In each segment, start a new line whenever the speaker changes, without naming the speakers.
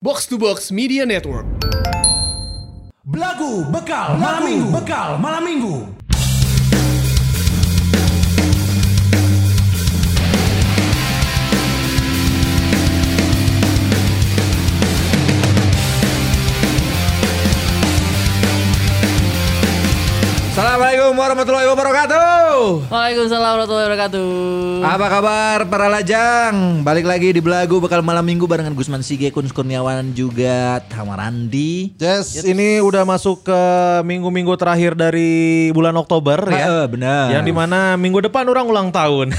Box to Box Media Network.
Belagu bekal malam minggu, bekal malam minggu.
Assalamualaikum warahmatullahi wabarakatuh.
Waalaikumsalam warahmatullahi wabarakatuh.
Apa kabar para lajang? Balik lagi di Belagu bakal malam minggu barengan Gusman Sige, Kun Kurniawan juga Tamarandi.
Yes, ini udah masuk ke minggu-minggu terakhir dari bulan Oktober
Ya,
ya.
benar.
Yang dimana minggu depan orang ulang tahun.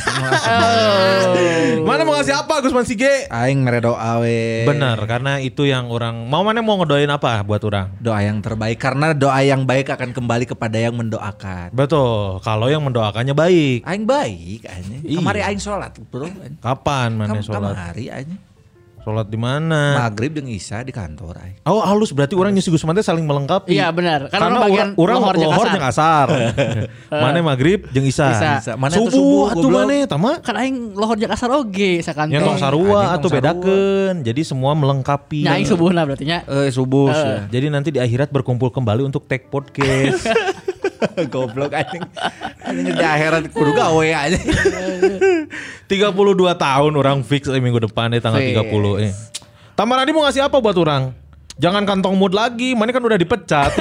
mana mau ngasih apa Gusman Sige?
aing meredo awe.
Bener, karena itu yang orang mau mana mau ngedoain apa buat orang.
Doa yang terbaik karena doa yang baik akan kembali kepada yang mendoakan.
Betul, kalau yang mendoakannya baik.
Aing baik aing.
Iya.
Kemarin aing sholat, bro. Aing.
Kapan mana
Kam-
sholat?
Kamari aing.
Sholat di mana?
Maghrib dengan Isya di kantor aing.
Oh halus berarti orang nyusi Gusman teh saling melengkapi.
Iya, benar.
Karena,
Karena orang bagian
orang
lohor
orang
jeung
lohor
asar.
jeung asar. mana maghrib jeung
Isya.
isya.
Isya. Mana tuh subuh,
subuh atuh
goblok.
mana tama?
Kan aing lohor jeung asar oge sakantor.
Yang
Ada
tong
yang
sarua
tong
atau
sarua.
bedakan. Jadi semua melengkapi.
Nya aing subuhna berarti nya.
Eh subuh ya.
Jadi nanti di akhirat berkumpul kembali untuk take podcast.
Goblok anjing. Anjing di akhirat kudu gawe anjing.
32 tahun orang fix eh, minggu depan deh tanggal
Fix.
30 eh. Tamaradi mau ngasih apa buat orang? Jangan kantong mood lagi, mana kan udah dipecat.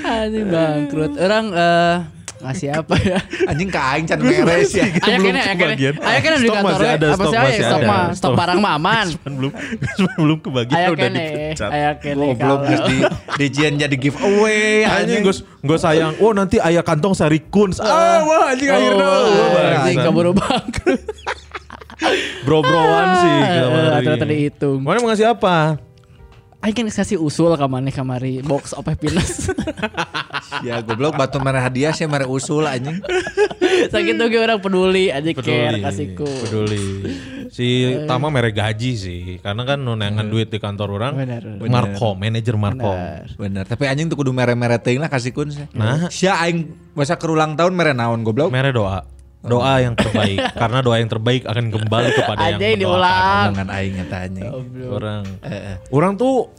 Anjing bangkrut. Orang eh ngasih apa ya?
Anjing ka aing can beres ya.
Ayo
belum
kene, ayo kene.
kebagian.
Ayo kene di
Stok
kantor.
masih
we.
ada,
Apa
stok
sih ayo,
masih
stok
ada.
mah, stok
Stok.
barang mah aman.
Gusman Kan belum Gusman belum kebagian
Ayo
udah
kene.
dipecat.
Ayo kene.
Goblok
kalau-
geus di dijian jadi
Iya,
giveaway
Anjing gue sayang. Oh nanti ayah kantong sari kuns.
Ah,
Ah,
wah anjing
Oh,
akhirnya.
wah,
Wah,
anjing
anjing.
keburu bangkrut.
bro-broan sih. kita
Eh,
mah hari
ternyata
ini.
dihitung.
Mana mau ngasih apa?
Aing kan ngasih usul ka maneh kamari box of happiness.
Ya goblok batu merah hadiah sih merah usul anjing.
Sakit tuh orang peduli Eh. aja care
peduli
kasihku.
peduli si Tama merek gaji sih karena kan nengan duit di kantor orang
Eh. Benar, benar.
markom manajer markom
Benar.
Bener, tapi anjing tuh kudu merah-merah teuing lah kasih kun sih.
Nah.
Sia aing masa kerulang tahun merah naon goblok.
mere doa
Oh.
doa yang terbaik karena doa yang terbaik akan kembali kepada yang
Aja
mendoakan.
yang diulang.
Ah, Omongan aing eta anjing.
Oh. orang orang tuh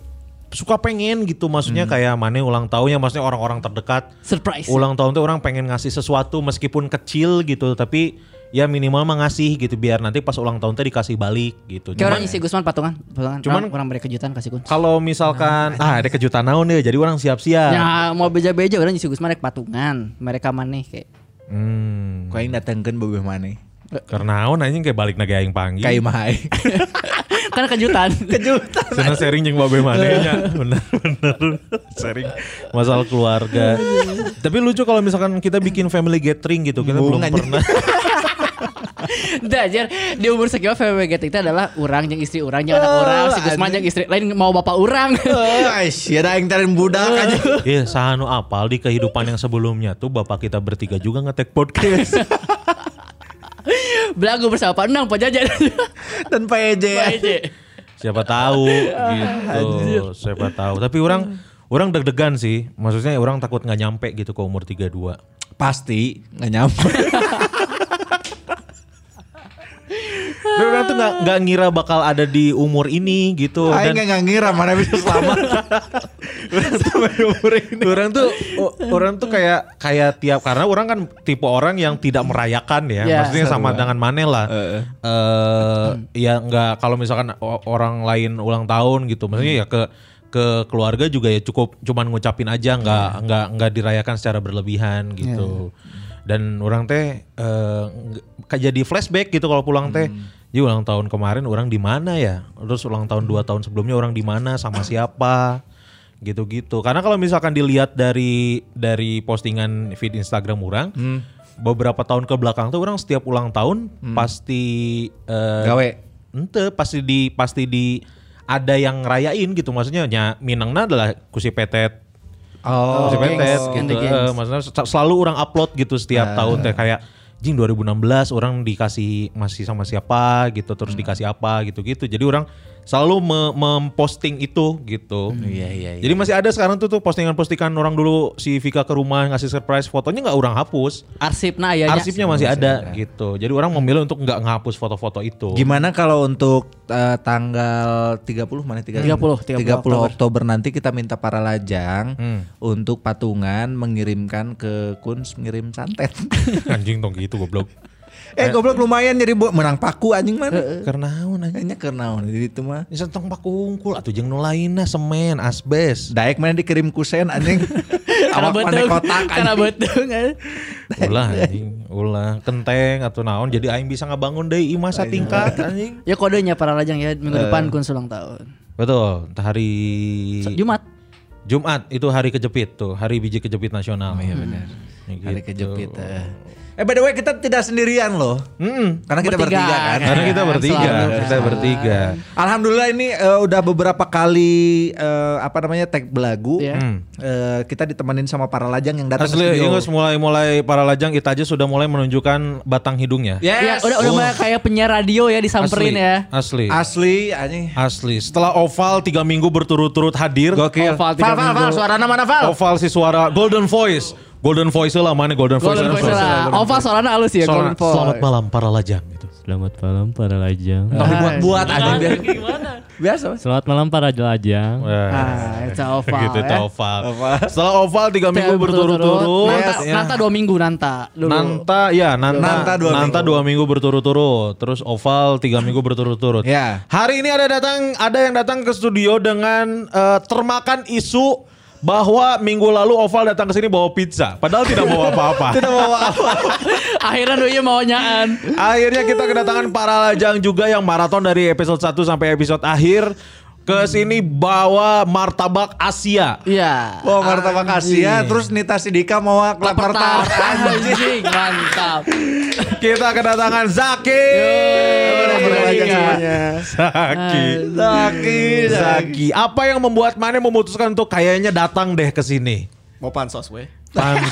suka pengen gitu maksudnya
Hmm.
kayak mana ulang tahunnya maksudnya orang-orang terdekat
Surprise.
ulang tahun tuh orang pengen ngasih sesuatu meskipun kecil gitu tapi ya minimal mah ngasih gitu biar nanti pas ulang tahun tuh dikasih balik gitu
Kayak
Cuman-
orang isi Gusman patungan,
Cuman-
patungan. Cuman orang, orang beri kejutan kasih kun.
Kalau misalkan ah ada kejutan naon ya, jadi orang siap-siap.
Nah, Ya mau beja-beja orang isi Gusman rek patungan, mereka maneh kayak
Hmm.
Ku aing datengkeun beueuh maneh.
Karena naon anjing kayak balik naga aing panggil.
Kai mah aing.
kan kejutan. kejutan.
Senang sharing jeung babe maneh nya.
Iya.
Bener bener. sharing masalah keluarga. Tapi lucu kalau misalkan kita bikin family gathering gitu, kita belum
Bung, anjing.
pernah.
Dajar di umur sekian family gathering itu adalah orang yang istri orang yang anak orang si Gusman yang istri lain mau bapak orang.
Eh, sia da aing teh budak anjing.
Iya, sahanu apal di kehidupan yang sebelumnya tuh bapak kita bertiga juga ngetek podcast.
Belagu bersama Pak Enang, Pak Jajan.
Dan PJ.
Siapa tahu gitu. Siapa tahu. Tapi orang
Hmm.
orang deg-degan sih. Maksudnya orang takut nggak nyampe gitu ke umur 32.
Pasti nggak nyampe.
Dan orang tuh gak, ngira bakal ada di umur ini gitu
Aing
dan
nggak ngira mana bisa selamat. Udah sampai umur ini.
orang tuh o- orang tuh kayak kayak tiap karena orang kan tipe orang yang tidak merayakan ya
Ya.
maksudnya sama dengan Manela
Heeh.
eh ya nggak kalau misalkan o- orang lain ulang tahun gitu maksudnya ya ke ke keluarga juga ya cukup cuman ngucapin aja nggak nggak nggak dirayakan secara berlebihan gitu dan orang teh eh, nggak- kayak jadi flashback gitu kalau pulang teh ya ulang tahun kemarin orang di mana ya terus ulang tahun dua tahun sebelumnya orang di mana sama siapa gitu-gitu karena kalau misalkan dilihat dari dari postingan feed Instagram orang beberapa tahun ke belakang tuh orang setiap ulang tahun pasti eh,
Gawe.
ente pasti di pasti di ada yang ngerayain gitu maksudnya nya Minangna adalah kusi petet
Oh,
si
Gangs
Petet
and
gitu.
the Gangs.
Nah.
Eh, maksudnya se- selalu orang upload gitu setiap tahun teh kayak jing 2016 orang dikasih masih sama siapa gitu terus
Hmm.
dikasih apa gitu-gitu. Jadi orang selalu me- memposting itu gitu.
Iya, iya, iya.
Jadi masih ada sekarang tuh tuh postingan-postingan orang dulu si Vika ke rumah ngasih surprise fotonya nggak orang hapus.
Arsipna
Iya,
ayahnya.
Arsipnya masih ada gitu. Jadi orang memilih untuk nggak ngapus foto-foto itu.
Gimana kalau untuk eh, tanggal 30 mana 30?
30,
30 Oktober. nanti kita minta para lajang untuk patungan mengirimkan ke Kuns ngirim santet.
Anjing dong gitu goblok.
eh goblok lumayan jadi buat menang paku anjing mana?
Karena nanya
Kayaknya kenaon jadi itu mah.
ini tentang pak kungkul atau jeung nu lainna semen asbes.
Daek mana dikirim kusen anjing.
Karena
Awak mana
beteng.
kotak
Karena kan.
anjing.
beteng.
Ulah anjing, ulah kenteng atau naon jadi aing bisa ngebangun deui imah satingkat anjing.
Ya kodenya para lajang ya minggu depan kun ulang tahun.
Betul, entah hari
Jumat.
Jumat itu hari kejepit tuh, hari biji kejepit nasional. gitu. Iya benar.
Hari kejepit. eh. Eh by the way kita tidak sendirian loh. Karena kita
Bertiga.
bertiga, kan.
Karena kita bertiga,
Selalu
kita
bersama.
bertiga.
Alhamdulillah ini eh, udah beberapa kali eh, apa namanya tag belagu.
Iya.
Hmm.
Eh, kita ditemanin sama para lajang yang datang ke
Asli,
studio.
ingus mulai-mulai para lajang kita aja sudah mulai menunjukkan batang hidungnya.
Ya,
Yes. Oh.
udah udah banyak kayak penyiar radio ya disamperin
Asli,
ya.
Asli.
Asli anjing.
Asli. Setelah oval tiga minggu berturut-turut hadir.
Gokil.
Oval tiga
Val, Val, Val,
minggu. Oh,
suarana mana Val?
Oval si suara Golden Voice. Golden Voice lah mana Golden Voice.
Golden Voice
Suara-
lah. Ova soalnya halus ya
suara-
Golden Voice.
Selamat malam para lajang gitu.
Selamat malam para lajang.
Entah dibuat-buat anjing biar. Biasa. Mas.
Selamat malam para lajang.
Ah, itu Ova.
gitu
eh.
itu
ya.
oval. Setelah oval tiga minggu berturut-turut.
Nanta,
ya.
Nanta dua minggu Nanta dulu.
Nanta ya Nanta
Nanta dua minggu.
dua minggu berturut-turut terus oval tiga minggu berturut-turut.
Ya.
Hari ini ada datang ada yang datang ke studio dengan eh, termakan isu bahwa minggu lalu oval datang ke sini bawa pizza padahal tidak bawa apa-apa.
Kita bawa apa?
Akhirnya doi maunyaan.
Akhirnya kita kedatangan para lajang juga yang maraton dari episode 1 sampai episode akhir ke sini bawa martabak Asia.
Iya.
Bawa martabak Asia, terus Nita Sidika mau lapar
Pertama
tart anjing.
anjing mantap.
Kita kedatangan Zaki.
Para lajang semuanya.
Zaki.
Zaki, Zaki.
Zaki. Apa yang membuat Mane memutuskan untuk kayaknya datang deh ke sini?
Mau pansos we.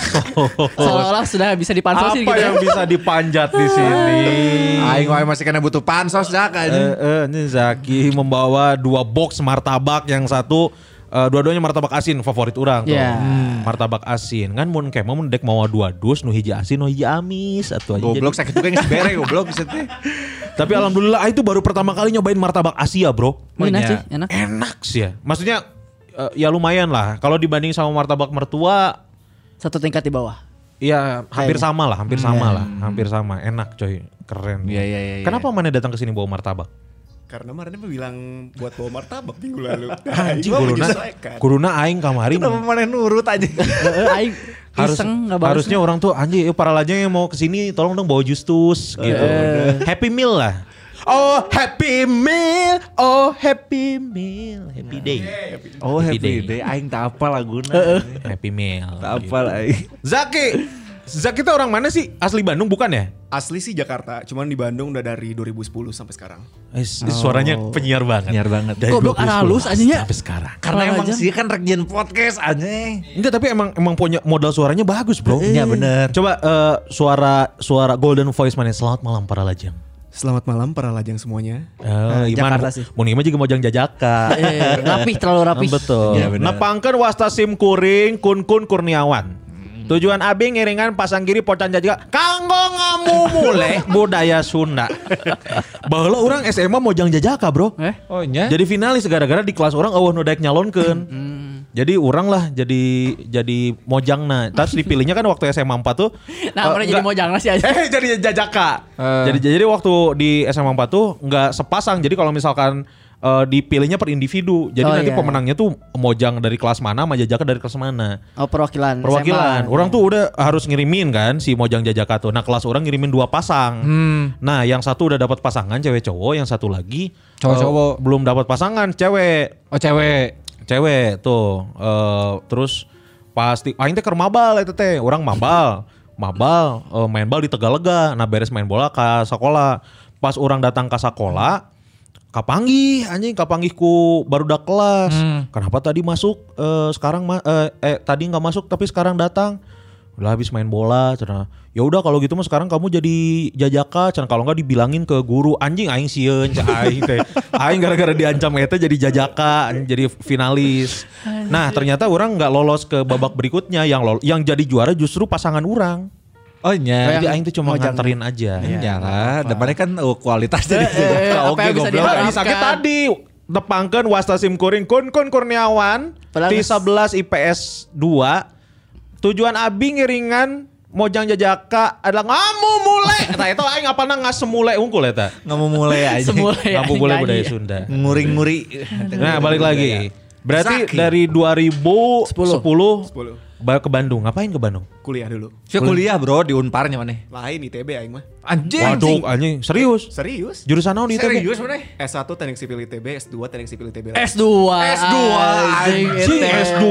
Pansos.
Seolah-olah sudah bisa
Apa
dipansosin gitu. ya.
yang bisa dipanjat di sini?
Aing wae masih kena butuh pansos Zak anjing.
Eh, eh, ini Zaki membawa dua box martabak yang satu eh, dua-duanya martabak asin favorit orang tuh.
Iya.
Hmm.
Ya.
Martabak asin kan mun kemah mun dek mau dua dus nu hiji asin nu hiji amis atuh aja
Goblok
jadi.
sakit juga yang sebere goblok bisa teh.
Tapi alhamdulillah ah, itu baru pertama kali nyobain martabak Asia, Bro.
Enak sih, enak.
Enak sih ya. Maksudnya eh, ya lumayan lah. Kalau dibanding sama martabak mertua
Satu tingkat di bawah.
ya hampir sama lah, hampir sama lah, hampir sama. Enak coy, keren.
Hmm. Iya, iya, iya,
Kenapa mana datang ke sini bawa martabak?
Karena Marni bilang buat bawa martabak minggu lalu. Nah, Iya,
Anjing
Gua
kuruna,
menyesuaikan.
kuruna aing kamari.
Kenapa mana nurut aja?
Aing
Eh, Harus,
iseng nggak balas.
harusnya orang tuh anjing eh, para lajang yang mau kesini tolong dong bawa justus
Eh.
gitu. Happy meal lah. Oh happy meal, oh happy meal, happy day,
Oh
Happy
happy, day.
Day.
aing tak apa laguna.
happy meal.
tak
gitu.
apa lah aing.
Zaki, Zaki itu orang mana sih? Asli Bandung bukan ya?
Asli sih Jakarta, cuman di Bandung udah dari 2010 sampai sekarang.
Eh, Suaranya
Oh.
penyiar banget.
Penyiar banget.
Dari
Goblok,
2010
arah halus anjingnya.
Sampai sekarang.
Karena
Kalau
emang
aja.
sih kan rekjen podcast aneh.
Enggak tapi emang emang punya modal suaranya bagus bro.
Iya, bener.
Coba eh, suara suara Golden Voice mana? Selamat malam para lajang.
Selamat malam para lajang semuanya.
Oh,
Eh,
gimana?
Jakarta sih.
Mau nih juga mau jang jajaka.
Eh, rapih terlalu rapih.
Betul.
Iya, bener.
Nepangkeun wasta sim kuring kun kun kurniawan.
Hmm.
Tujuan abi ngiringan pasang kiri pocan jajaga. Kanggo ngamu mulai budaya Sunda. Bahwa orang SMA mau jang jajaka bro.
Eh?
Oh Jadi finalis gara-gara di kelas orang awah nu daek nyalonkeun.
Hmm.
Jadi orang lah jadi jadi mojangna. Terus dipilihnya kan waktu SMA 4 tuh.
Nah,
eh,
mana jadi
nggak-
mau jangan sih aja.
Eh jadi jajaka.
Eh.
Jadi jadi waktu di SMA 4 tuh nggak sepasang. Jadi kalau misalkan eh, dipilihnya per individu. Jadi
Oh,
nanti
iya.
pemenangnya tuh mojang dari kelas mana sama jajaka dari kelas mana.
Oh, perwakilan.
Perwakilan.
SMA.
Orang tuh udah harus ngirimin kan si mojang jajaka tuh. Nah, kelas orang ngirimin dua pasang.
Hmm.
Nah, yang satu udah dapat pasangan cewek cowok, yang satu lagi
Cowok-cowok.
eh, belum dapat pasangan cewek.
Oh cewek.
cewek tuh eh, terus pasti aing teh keur mabal eta teh orang mabal mabal eh, main bal di Tegalega nah beres main bola ke sekolah pas orang datang ke sekolah kapanggih anjing kapanggih ku baru udah kelas kenapa tadi masuk eh, sekarang ma- eh, eh, tadi nggak masuk tapi sekarang datang udah habis main bola cenah ya udah kalau gitu mah sekarang kamu jadi jajaka cenah kalau nggak dibilangin ke guru anjing aing sieun cen aing teh aing gara-gara diancam eta jadi jajaka anjing jadi finalis nah ternyata orang nggak lolos ke babak berikutnya yang lol- yang jadi juara justru pasangan orang
Oh nya.
jadi aing tuh cuma
Oh, jangan.
nganterin aja Iya
Nyala, depannya kan oh, kualitas jadi
eh,
Kalau
apa yang kan. bisa
goblok.
diharapkan?
Sakit tadi tepangkeun wasta simkuring kun kun kurniawan
Padahal-
ti 11 IPS 2 tujuan abi ngiringan mojang jajaka adalah ngamu mulai eta eta aing apana ngasemule unggul eta
nggak mau mulai aja.
Semulai.
ngamu mulai
iya.
budaya Sunda
Nguri-nguri.
nah balik lagi berarti
Sakit.
dari 2010
Sepuluh.
ba- ke Bandung ngapain ke Bandung
Kuliah dulu.
Saya kuliah bro di Unparnya mana?
Lain ITB aing mah.
Anjing.
waduh anjing serius
Serius?
jurusan naon di ITB
Serius mana?
S1 Teknik Sipil ITB, S2 Teknik Sipil ITB.
S2.
S2,
Anjing S2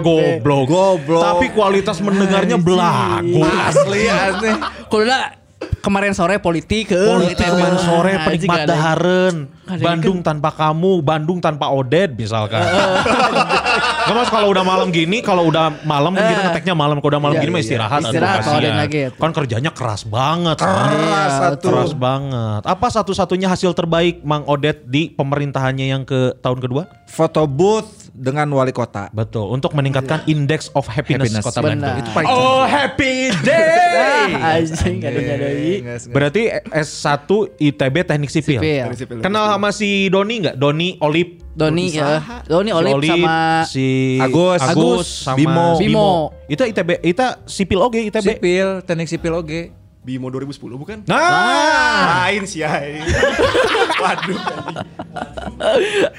goblok
Goblok.
Tapi kualitas mendengarnya belagu
Asli asli.
Kuliah kemarin sore politik eh. Nah, ke.
Politik kemarin sore penikmat
Iya,
daharen
Anjing,
Bandung tanpa kamu Bandung tanpa Oded misalkan Nggak mas kalau udah malam gini Kalau udah malam kan kita ngeteknya malam Kalau udah malam
Iya,
gini mah
iya.
istirahat aduh,
Istirahat, kalau
kasihan.
Oded lagi.
Kan kerjanya keras banget kan.
Keras satu.
Keras banget Apa satu-satunya hasil terbaik Mang Oded di pemerintahannya yang ke tahun kedua?
Foto booth dengan wali kota.
Betul, untuk meningkatkan indeks of happiness,
Happiness.
Kota Bandung.
Benar.
Itu
paling
Oh, happy day.
Anjing Iya, ada ada
Berarti S1 ITB Teknik Sipil.
Sipil.
Teknik Sipil.
Kenal sama si Doni nggak? Doni Olip.
Doni ya. Doni
Si
Olip sama
si
Agus.
Agus sama
Bimo.
Bimo.
Itu ITB, itu sipil oge ITB.
Sipil, teknik sipil oge.
Bimo 2010 bukan?
Nah,
Lain sih aing. Waduh.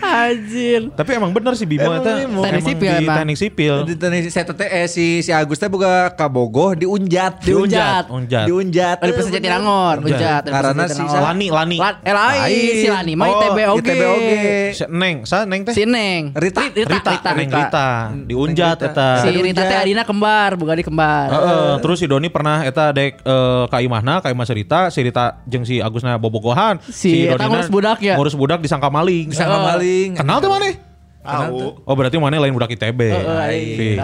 Anjir.
tapi emang bener sih Bimo
Emang
itu.
Bimo.
Teknik sipil
di
emang.
Teknik Sipil.
Jadi teknik saya teh eh, si si Agus teh boga kabogoh diunjat,
Diunjat.
Unjat.
diunjat.
Ada pesan jadi langor,
Unjat.
Unjat.
Karena si Sa-
Lani, Lani.
Eh lain si Lani mah
Oh,
ITB oge.
ITB oge.
Si Neng, sa Neng teh.
Si Neng.
Rita.
Rita.
Neng Rita. Diunjat
Rita.
eta.
Si Rita teh Adina kembar, bukan di kembar.
Heeh, Eh, terus si Doni pernah eta dek eh, ka imahna, ka imah cerita, si Rita jeung si Agusna bobogohan,
Si eta
Donina
ngurus budak ya?
Ngurus budak disangka maling.
Disangka
Heeh.
maling.
Kenal tuh mana?
Tahu.
Oh, berarti mana lain budak ITB.
Heeh,
Fix.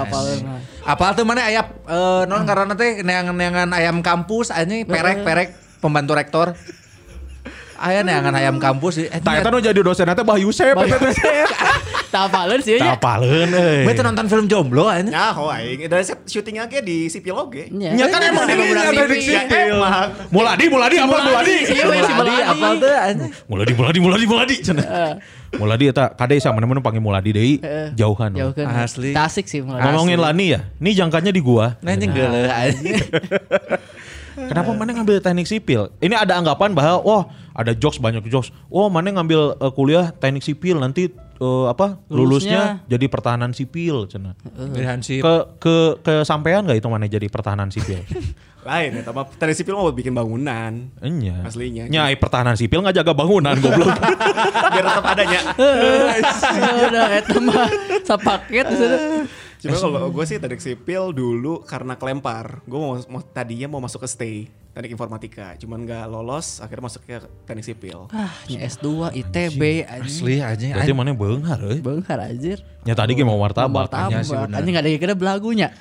Apal tuh mana ayam eh, non karena teh neangan-neangan ayam kampus ini perek-perek pembantu rektor. Aya neangan ayam kampus. Eh,
Tah eta nu jadi dosen eta Bah Yusep.
Tapalen sih ya.
Tapaleun
Gue tuh
euy.
nonton film jomblo aja.
Nyaho aing. Dari set syutingnya ge di Sipil oge.
Nya kan emang di
Ada beberapa
ada di
TV.
sipil. Muladi, muladi apa muladi?
Si Yuli, si Melani.
apal tuh aja.
Muladi, muladi, muladi, muladi. Cenah. Muladi eta kadai sama nemen panggil muladi deui
Heeh.
jauhan.
Jauh kan.
Asli.
Tasik sih Melani.
Ngomongin Lani ya, ini jangkanya di gua.
Nah nyenggele aja.
Kenapa mana ngambil teknik sipil? Ini ada anggapan bahwa wah ada jokes banyak jokes. Wah mana ngambil eh, kuliah teknik sipil nanti eh, apa lulusnya,
Lulusnya.
jadi pertahanan sipil cenah.
Pilihan sih.
Ke ke ke sampean nggak itu mana jadi pertahanan sipil?
Lain eta mah Teknik Sipil mah buat bikin bangunan.
Enya.
Aslinya.
Nyai pertahanan sipil nggak jaga bangunan goblok.
Biar tetap adanya.
Udah eta mah sapaket di sana.
Cuma kalau gue sih teknik sipil dulu karena kelempar. Gue mau, mau tadinya mau masuk ke stay teknik informatika, cuman nggak lolos akhirnya masuk ke teknik sipil.
Ah, ini S2 ITB anjing.
Asli aja.
Berarti mana beunghar euy.
Beunghar anjir.
Ya tadi ge mau wartabak.
Tambah anjing ada yang kena belagunya.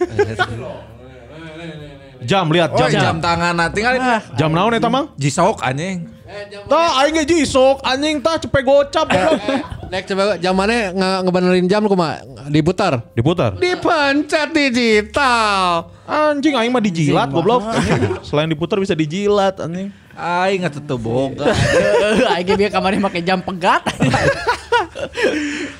Jam lihat
Oh,
jam.
jam tangan nah tinggal
Jam naon eta mang?
jisok anjing.
Tah aing ge jisok anjing tah cepet gocap.
Nek coba zamannya nge ngebenerin jam kuma diputar.
Diputar.
Dipencet digital.
Anjing aing mah dijilat goblok. Selain diputar bisa dijilat anjing.
Aing nggak tutup boga.
Aing dia kamarnya pakai jam pegat.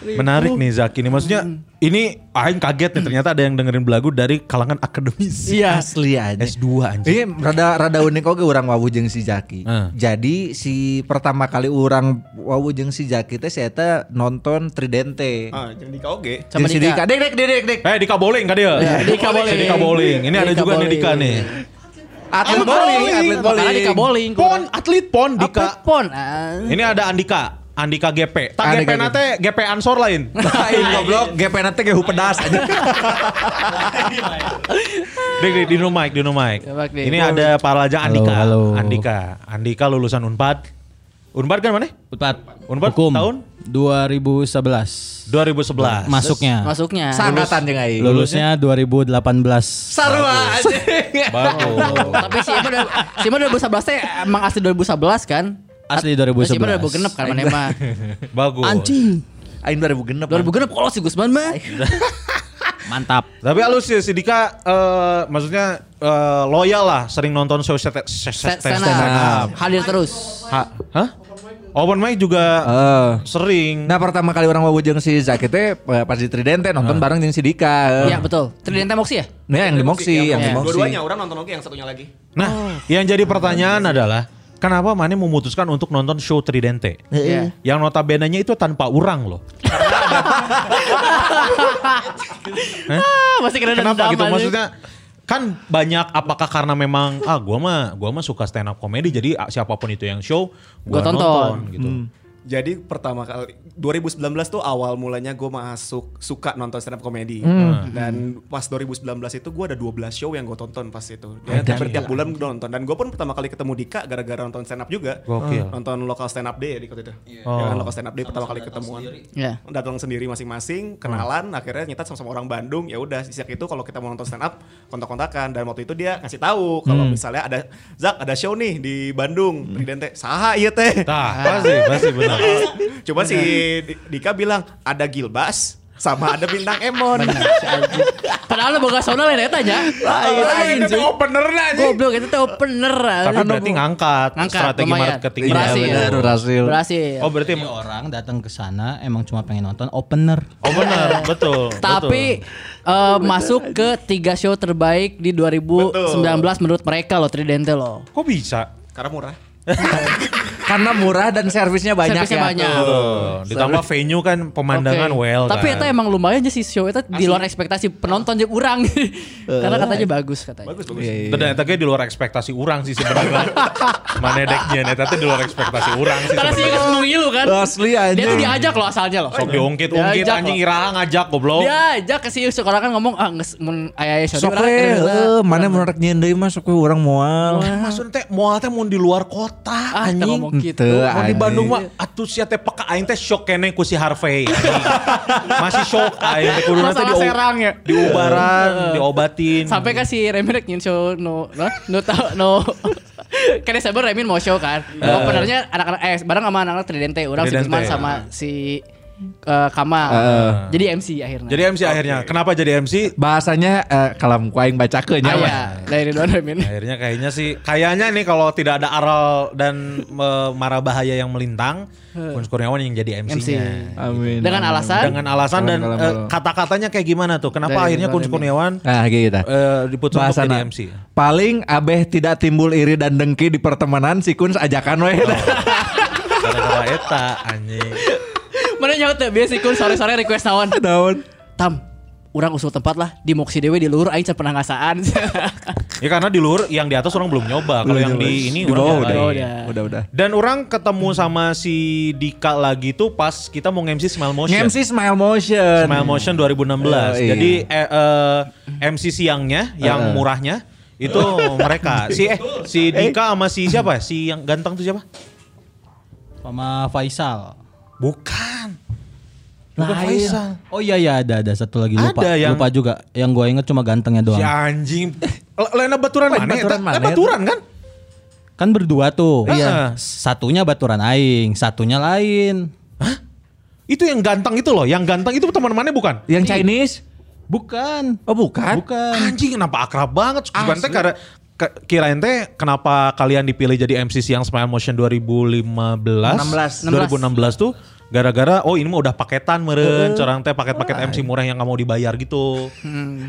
Menarik nih Zaki ini maksudnya ini aing kaget nih ternyata ada yang dengerin belagu dari kalangan akademisi.
Iya.
Asli aja.
S2 anjing.
Iya, rada rada unik oke orang wawu jeung si Jaki.
Heeh.
Jadi si pertama kali orang wawu jeung si Jaki teh saya teh nonton Tridente.
Ah, jangan di KOG.
Sama
Jeung si
Dika.
Dek dek dek dek dek.
Eh Dika Bowling kan dia?
Iya, Dika Bowling.
Dika Bowling. Ini ada
Dika
juga nih
Bowling.
Dika nih.
Atlet
Atlet
bowling,
bowling.
atlet bowling.
Makanya Dika bowling.
Pon, atlet pon Dika. Iya.
Apa pon? ah?
Ini ada Andika. Andika GP. Tak GP
Andika
nate GP Ansor lain.
Aing goblok, GPN teh gehu pedas aja.
Dik, dik, Dino Mike, Dino Mike.
Coba, Dik.
Ini ada paralajang
Halo,
Andika.
halo.
Andika. Andika lulusan Unpad. Unpad kan mana?
Unpad.
Unpad
Hukum.
tahun?
2011.
2011.
Masuknya.
Masuknya.
Sangatan jeung aing.
Lulusnya 2018.
Sarua aja.
Bagus.
Oh. Tapi si Ima udah si Ima 2011 teh emang asli 2011 kan?
Asli
Si Ima
2011.
2006 kan mana mah.
Bagus.
Anjing.
Aing 2006.
2006 polos oh, si Gusman mah.
Mantap.
Tapi halus sih si Dika eh, maksudnya eh, loyal lah sering nonton show set, set, set-
Stand
stand up.
up. Hadir terus.
Ha- Hah? Open mic juga
Eh.
sering.
Nah pertama kali orang wawu jeung si Zaki teh eh, pas di Tridente nonton bareng jeung si Dika.
Iya betul. Tridenta Moxie ya?
Nah, yang di Moxie, yang di
Iya.
Moxie.
Dua-duanya orang nonton oke yang satunya lagi.
Nah, yang jadi pertanyaan adalah kenapa Mane memutuskan untuk nonton show Tridente?
Iya.
Yang notabenenya itu tanpa orang loh.
Ah, masih kena dendam.
Kenapa gitu?
anjing.
Maksudnya kan banyak apakah karena memang ah gua mah gua mah suka stand up comedy jadi ah, siapapun itu yang show gua,
Gua tonton. Hmm.
nonton gitu.
Jadi pertama kali 2019 tuh awal mulanya gue masuk suka nonton stand up comedy
Hmm.
dan pas 2019 itu gue ada 12 show yang gue tonton pas itu. Dan
ya?
hampir tiap bulan gue nonton dan gue pun pertama kali ketemu Dika gara-gara nonton stand up juga. Hmm.
Gokil.
Nonton lokal stand up day ya di kota itu.
Oh.
Ya kan lokal stand up day pertama kali ketemuan.
Iya.
Datang sendiri
Hmm.
masing-masing, kenalan, akhirnya nyetat sama-sama orang Bandung. Ya udah, sejak itu kalau kita mau nonton stand up, kontak-kontakan dan waktu itu dia ngasih tahu
Hmm.
kalau misalnya ada Zak ada show nih di Bandung, Tridente. Saha iya teh.
Tah,
Ah.
pasti pasti benar.
Cuma si D- Dika bilang ada Gilbas sama ada bintang Emon.
Padahal lo boga sauna lain eta nya.
Lain, itu opener lah anjing.
Goblok itu tuh bener.
Tapi berarti ngangkat,
Ngangkat,
strategi
lumayan.
marketing
Berhasil.
Iya, benar.
berhasil.
Berhasil.
Oh berarti
Jadi orang datang ke sana emang cuma pengen nonton opener.
oh benar, betul.
Tapi
betul.
eh, masuk ke tiga show terbaik di 2019 menurut mereka loh Tridente loh.
kok bisa?
Karena murah.
Karena murah dan servisnya banyak
Servisnya
ya.
banyak.
Tuh, ditambah venue kan pemandangan
Oke.
well
Tapi
kan.
itu emang lumayan aja sih show itu di luar ekspektasi penonton aja kurang. Karena katanya bagus katanya.
Bagus bagus.
Ternyata ge di luar ekspektasi orang sih sebenarnya. Mana deknya neta teh di luar ekspektasi orang sih
Karena sih
sebenarnya.
kan mau ngilu kan.
Asli
Dia tuh
aja.
diajak loh asalnya loh.
Sok diungkit-ungkit
Diajak,
anjing
loh.
Iraha ngajak goblok.
Dia ajak ke si Yusuf. Orang kan ngomong, ah nges, mun ayah ayah
Sok we, eh, mana menarik nyeun deui mah sok we urang moal.
Maksudnya teh moal teh mau di luar kota
Eh, Ah, kita
anjing.
ngomong gitu.
Teu,
Mau di
anjing.
Bandung mah atuh sia teh peka aing teh shock kene ku si Harvey. anjing. Masih shock aing teh kudu nanti
Masalah
di
serang ya.
diubaran, diobatin.
Sampai kan si Remin rek nyin show no no no tau no. Kan Desember Remin mau show kan. Openernya anak-anak eh bareng sama anak-anak Tridente, orang si
Tridente.
Gusman sama si eh, Kamal. Jadi MC akhirnya.
Jadi MC akhirnya. Kenapa jadi MC?
Bahasanya eh, kalam ku aing bacakeun ya.
Ah, ya, dari Ridwan Remin.
Akhirnya kayaknya sih, kayaknya nih kalau tidak ada Aral dan eh, Mara Bahaya yang melintang, Kun Kurniawan yang jadi
MC.
MC-nya.
Amin.
Dengan alasan
Dengan alasan dan
Kalam-kalam
eh,
kalau-
kata-katanya kayak gimana tuh? Kenapa
Dari
akhirnya Kun
Ridwan
Kurniawan
Nah, kayak gitu.
eh, diputus untuk
Bahasana.
jadi MC?
Paling abeh tidak timbul iri dan dengki di pertemanan si Kun ajakan we.
Oh. Gara-gara eta anjing.
Mana nyaut teh biasa kun sore-sore request naon.
Daun.
Tam, orang usul tempat lah di Moksi Dewe di luhur aing cer penangasaan.
Ya karena di luar yang di atas orang belum nyoba. Kalau yang di
Di
ini
bawah
orang
udah.
nyobain.
udah.
Udah udah.
Dan orang ketemu sama si Dika lagi tuh pas kita mau MC Smile Motion.
MC Smile Motion.
Smile Motion 2016.
Eh, iya.
Jadi eh, eh, MC siangnya yang murahnya itu mereka. Si eh si Dika sama si siapa? ya? Si yang ganteng tuh siapa?
Sama Faisal.
Bukan. Bukan
Lain.
Faisal.
Oh iya iya ada ada satu lagi lupa.
Ada yang-
Lupa juga. Yang gue inget cuma gantengnya doang.
Si anjing. L- Lainnya baturan
Lain
mana?
iya. baturan
Baturan,
mana? ya?
baturan kan?
Kan berdua tuh.
Iya.
Satunya baturan aing, satunya lain.
Itu yang ganteng itu loh. Yang ganteng itu teman mana bukan?
Yang Chinese?
Bukan.
Oh bukan.
Bukan.
Anjing kenapa akrab banget? Bukan teh karena ke- kirain teh kenapa kalian dipilih jadi MC siang Smile Motion 2015
16.
2016 tuh gara-gara oh ini mah udah paketan meren corang teh paket-paket MC murah yang nggak mau dibayar gitu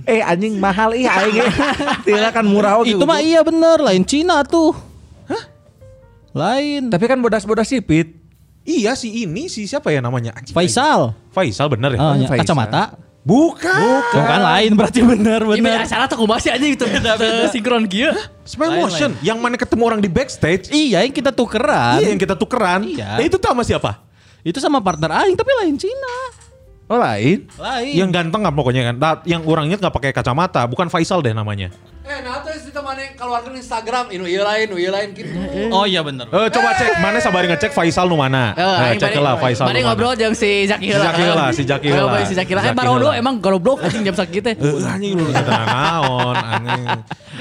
Eh anjing mahal ih aing. Tidak kan murah oge.
Itu mah iya bener, lain Cina tuh. Hah? Lain.
Tapi kan bodas-bodas sipit.
iya si ini si siapa ya namanya Anjing,
Faisal.
Faisal bener ya
Ah, ya,
Faisal.
kacamata.
bukan,
Tuh kan lain berarti bener
Ini
bener.
acara tuh kumaha sih anjing itu sinkron kieu.
Smile
Lain,
Motion yang mana ketemu orang di backstage
Iya, yang kita tukeran.
iya yang kita tukeran
Iya.
Eh, itu tuh sama siapa
Itu sama partner aing tapi lain Cina.
Oh lain.
Lain.
yang ganteng kan pokoknya kan Nah, yang orangnya nggak pakai kacamata bukan Faisal deh namanya
Eh, nah terus ditemani
keluarkan Instagram, inu ieu lain, nu ieu lain gitu.
Oh iya bener.
Eh, coba cek, mana sabar ngecek Faisal nu mana? Eh,
aing
cek
bari-
lah Faisal.
bari
nu mana.
ngobrol jeung si Zaki
Si Zaki Hela, si Zaki Hela.
Si Zaki Hela. Eh
Zaki
barodo
Hela.
emang goblok anjing jam sakit teh.
Eh, anjing lu bisa tenang naon, anjing.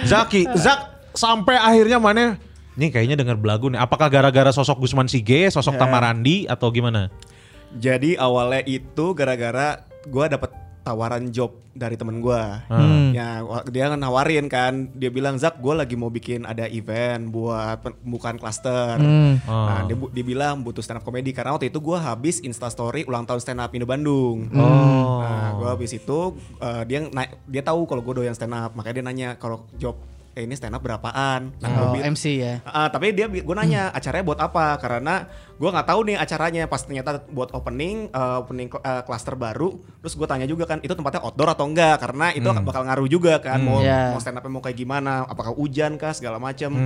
Zaki, Zak sampai akhirnya mana? Nih kayaknya dengar belagu nih. Apakah gara-gara sosok Gusman Sige, sosok Tamarandi atau gimana?
Jadi awalnya itu gara-gara gua dapet tawaran job dari temen gua. Ya wa- dia nawarin kan, dia bilang Zak gua lagi mau bikin ada event buat pen- pembukaan klaster. Nah, dia, bu- dia bilang butuh stand up comedy karena waktu itu gua habis instastory ulang tahun stand up Indo Bandung. Nah, gua habis itu eh, dia na- dia tahu kalau gua doyan stand up, makanya dia nanya kalau job eh, ini stand up berapaan. Nah, gua
Oh,
bi-
MC ya.
Ah, tapi dia gue nanya acaranya buat apa karena gue nggak tahu nih acaranya pas ternyata buat opening eh, opening klaster baru terus gue tanya juga kan itu tempatnya outdoor atau enggak karena itu bakal ngaruh juga kan mau
Iya.
mau stand up mau kayak gimana apakah hujan kah segala macam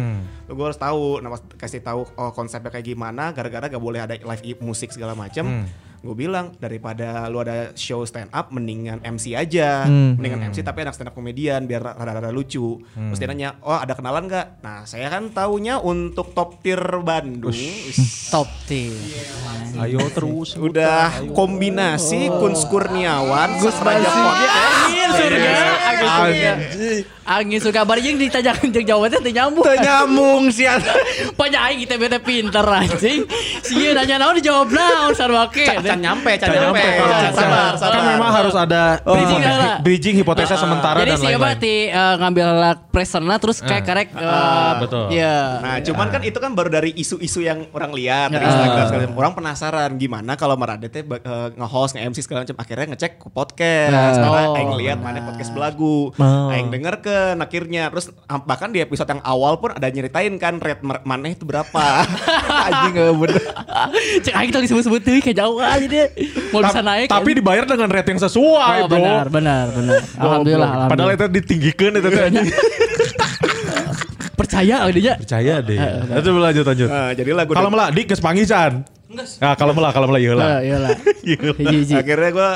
gue harus tahu nah pas kasih tahu oh, konsepnya kayak gimana gara-gara gak boleh ada live i- musik segala macam gue bilang daripada lu ada show stand up mendingan MC aja mendingan MC tapi anak stand up komedian biar rada-rada lucu terus dia nanya oh ada kenalan nggak nah saya kan taunya untuk top tier Bandung Wis,
Top tier.
Ayo terus.
udah kombinasi Kunz Kurniawan Gus Raja
Iya,
Iya. Podcast.
Ya, Angin surga, angin surga. Angin surga bari jeung ditajakan jeung Jawa teh teu nyambung.
Teu nyambung sih.
Banyak aing kita bete pinter anjing. Sieun nanya naon dijawab naon sarwa ke.
Can nyampe, can
Jangan
nyampe.
nyampe.
Can- Sabar,
Kan
sabar.
memang harus ada
Oh.
Bridging
hipote-
lah.
bridging hipotesa sementara
Eh. Jadi
dan
sih apa
lain-lain.
ti eh, ngambil alat preserna terus kayak
Ah.
karek eh,
betul.
Iya. Iya.
Nah, cuman kan itu kan baru dari isu-isu yang orang lihat dari Instagram segala macam. Orang penasaran gimana kalau Maradet teh ba- eh, nge-host, nge-MC segala macam. Akhirnya ngecek ke podcast. Karena
Oh.
aing lihat mana podcast belagu. Aing dengerkeun akhirnya. Terus am- bahkan di episode yang awal pun ada nyeritain kan rate mer- maneh itu berapa.
Anjing eh, bener.
Cek aing tadi sebut-sebut tuh kayak jauh aja deh. Mau bisa naik. ya.
Tapi dibayar dengan rate yang sesuai,
Oh,
Bro.
benar, benar, benar. Alhamdulillah, alhamdulillah. Iya.
Padahal itu ditinggikan itu teh anjing.
percaya adanya.
Percaya deh.
Eh,
Itu lanjut lanjut.
Nah, jadi lagu
Kalau melah di kesepangisan. Nah, kalau melah kalau melah iyalah.
Eh, iyalah. iya. Hiji-hiji.
akhirnya gue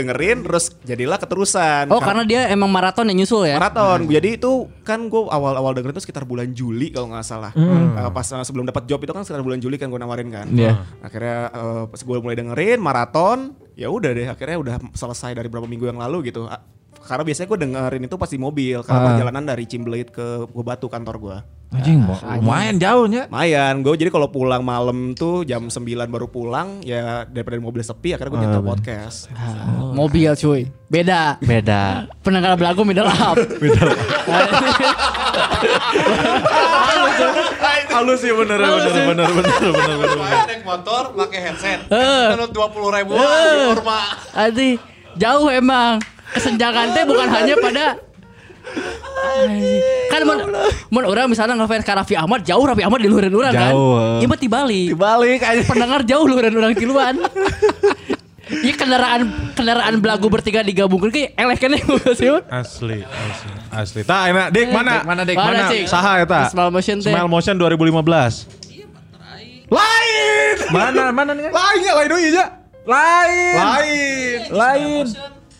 dengerin terus jadilah keterusan.
Oh, karena dia emang maraton yang nyusul ya.
Maraton. Jadi itu kan gue awal-awal dengerin itu sekitar bulan Juli kalau nggak salah. Eh, pas eh, sebelum dapat job itu kan sekitar bulan Juli kan gue nawarin kan.
Iya.
Akhirnya eh, pas gue mulai dengerin maraton, ya udah deh. Akhirnya udah selesai dari berapa minggu yang lalu gitu. A- Karena biasanya gue dengerin itu pas di mobil karena perjalanan dari Cimbeleit ke Gua Batu kantor gue.
Anjing lumayan jauhnya.
Lumayan, gue jadi kalau pulang malam tuh jam 9 baru pulang ya daripada di mobil sepi akhirnya gue nyetel podcast.
Oh, Mobil cuy. Beda.
Beda.
Pendengar belagu middle up. middle up.
Halus ya bener bener bener bener bener bener.
Saya naik motor, pakai headset.
Eh.
Menurut dua puluh ribu,
Eh.
kurma.
Adi, jauh emang. Kesenjangan teh bukan hanya pada Ay, kan mun mun orang misalnya ngefans ka Raffi Ahmad jauh Raffi Ahmad di luhureun urang kan.
Jauh, eh.
Ieu mah ti Bali. Pendengar jauh luhureun urang ti luan. Iya kendaraan kendaraan belagu bertiga digabungkan ke eleh kene sih.
Asli, asli, asli. Tak, enak. Dik,
Dik,
mana?
mana, Dik?
Mana?
Mana, Cik?
Saha, eta?
Smile Motion, teh.
Smile Motion 2015. Lain! Mana, mana nih? Lain ya, lain doi aja.
Lain.
Lain.
Lain.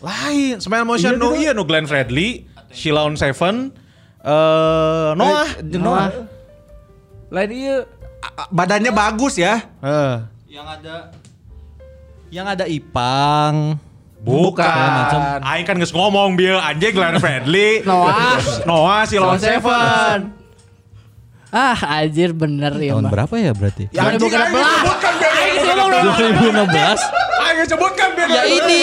Lain. Smile Motion, no iya, no Glenn Fredly, Shilaun Seven, eh
Oh,
Noah.
Noah. Lain iya. Badannya bagus ya.
Eh,
Yang ada yang ada Ipang. macam.
Bukan. Aing kan nges ngomong, Bil. Anjing Glenn Fredly.
Noah.
Noah, Shilaun
Shilaun
Seven.
Ah, anjir bener ya,
Tahun
Mbak.
berapa ya berarti?
Ya, anjing,
Bukan
aing
belah.
disebutkan, Bil.
Aing ngomong dong.
2016.
Aing disebutkan, Bil.
Ya ini.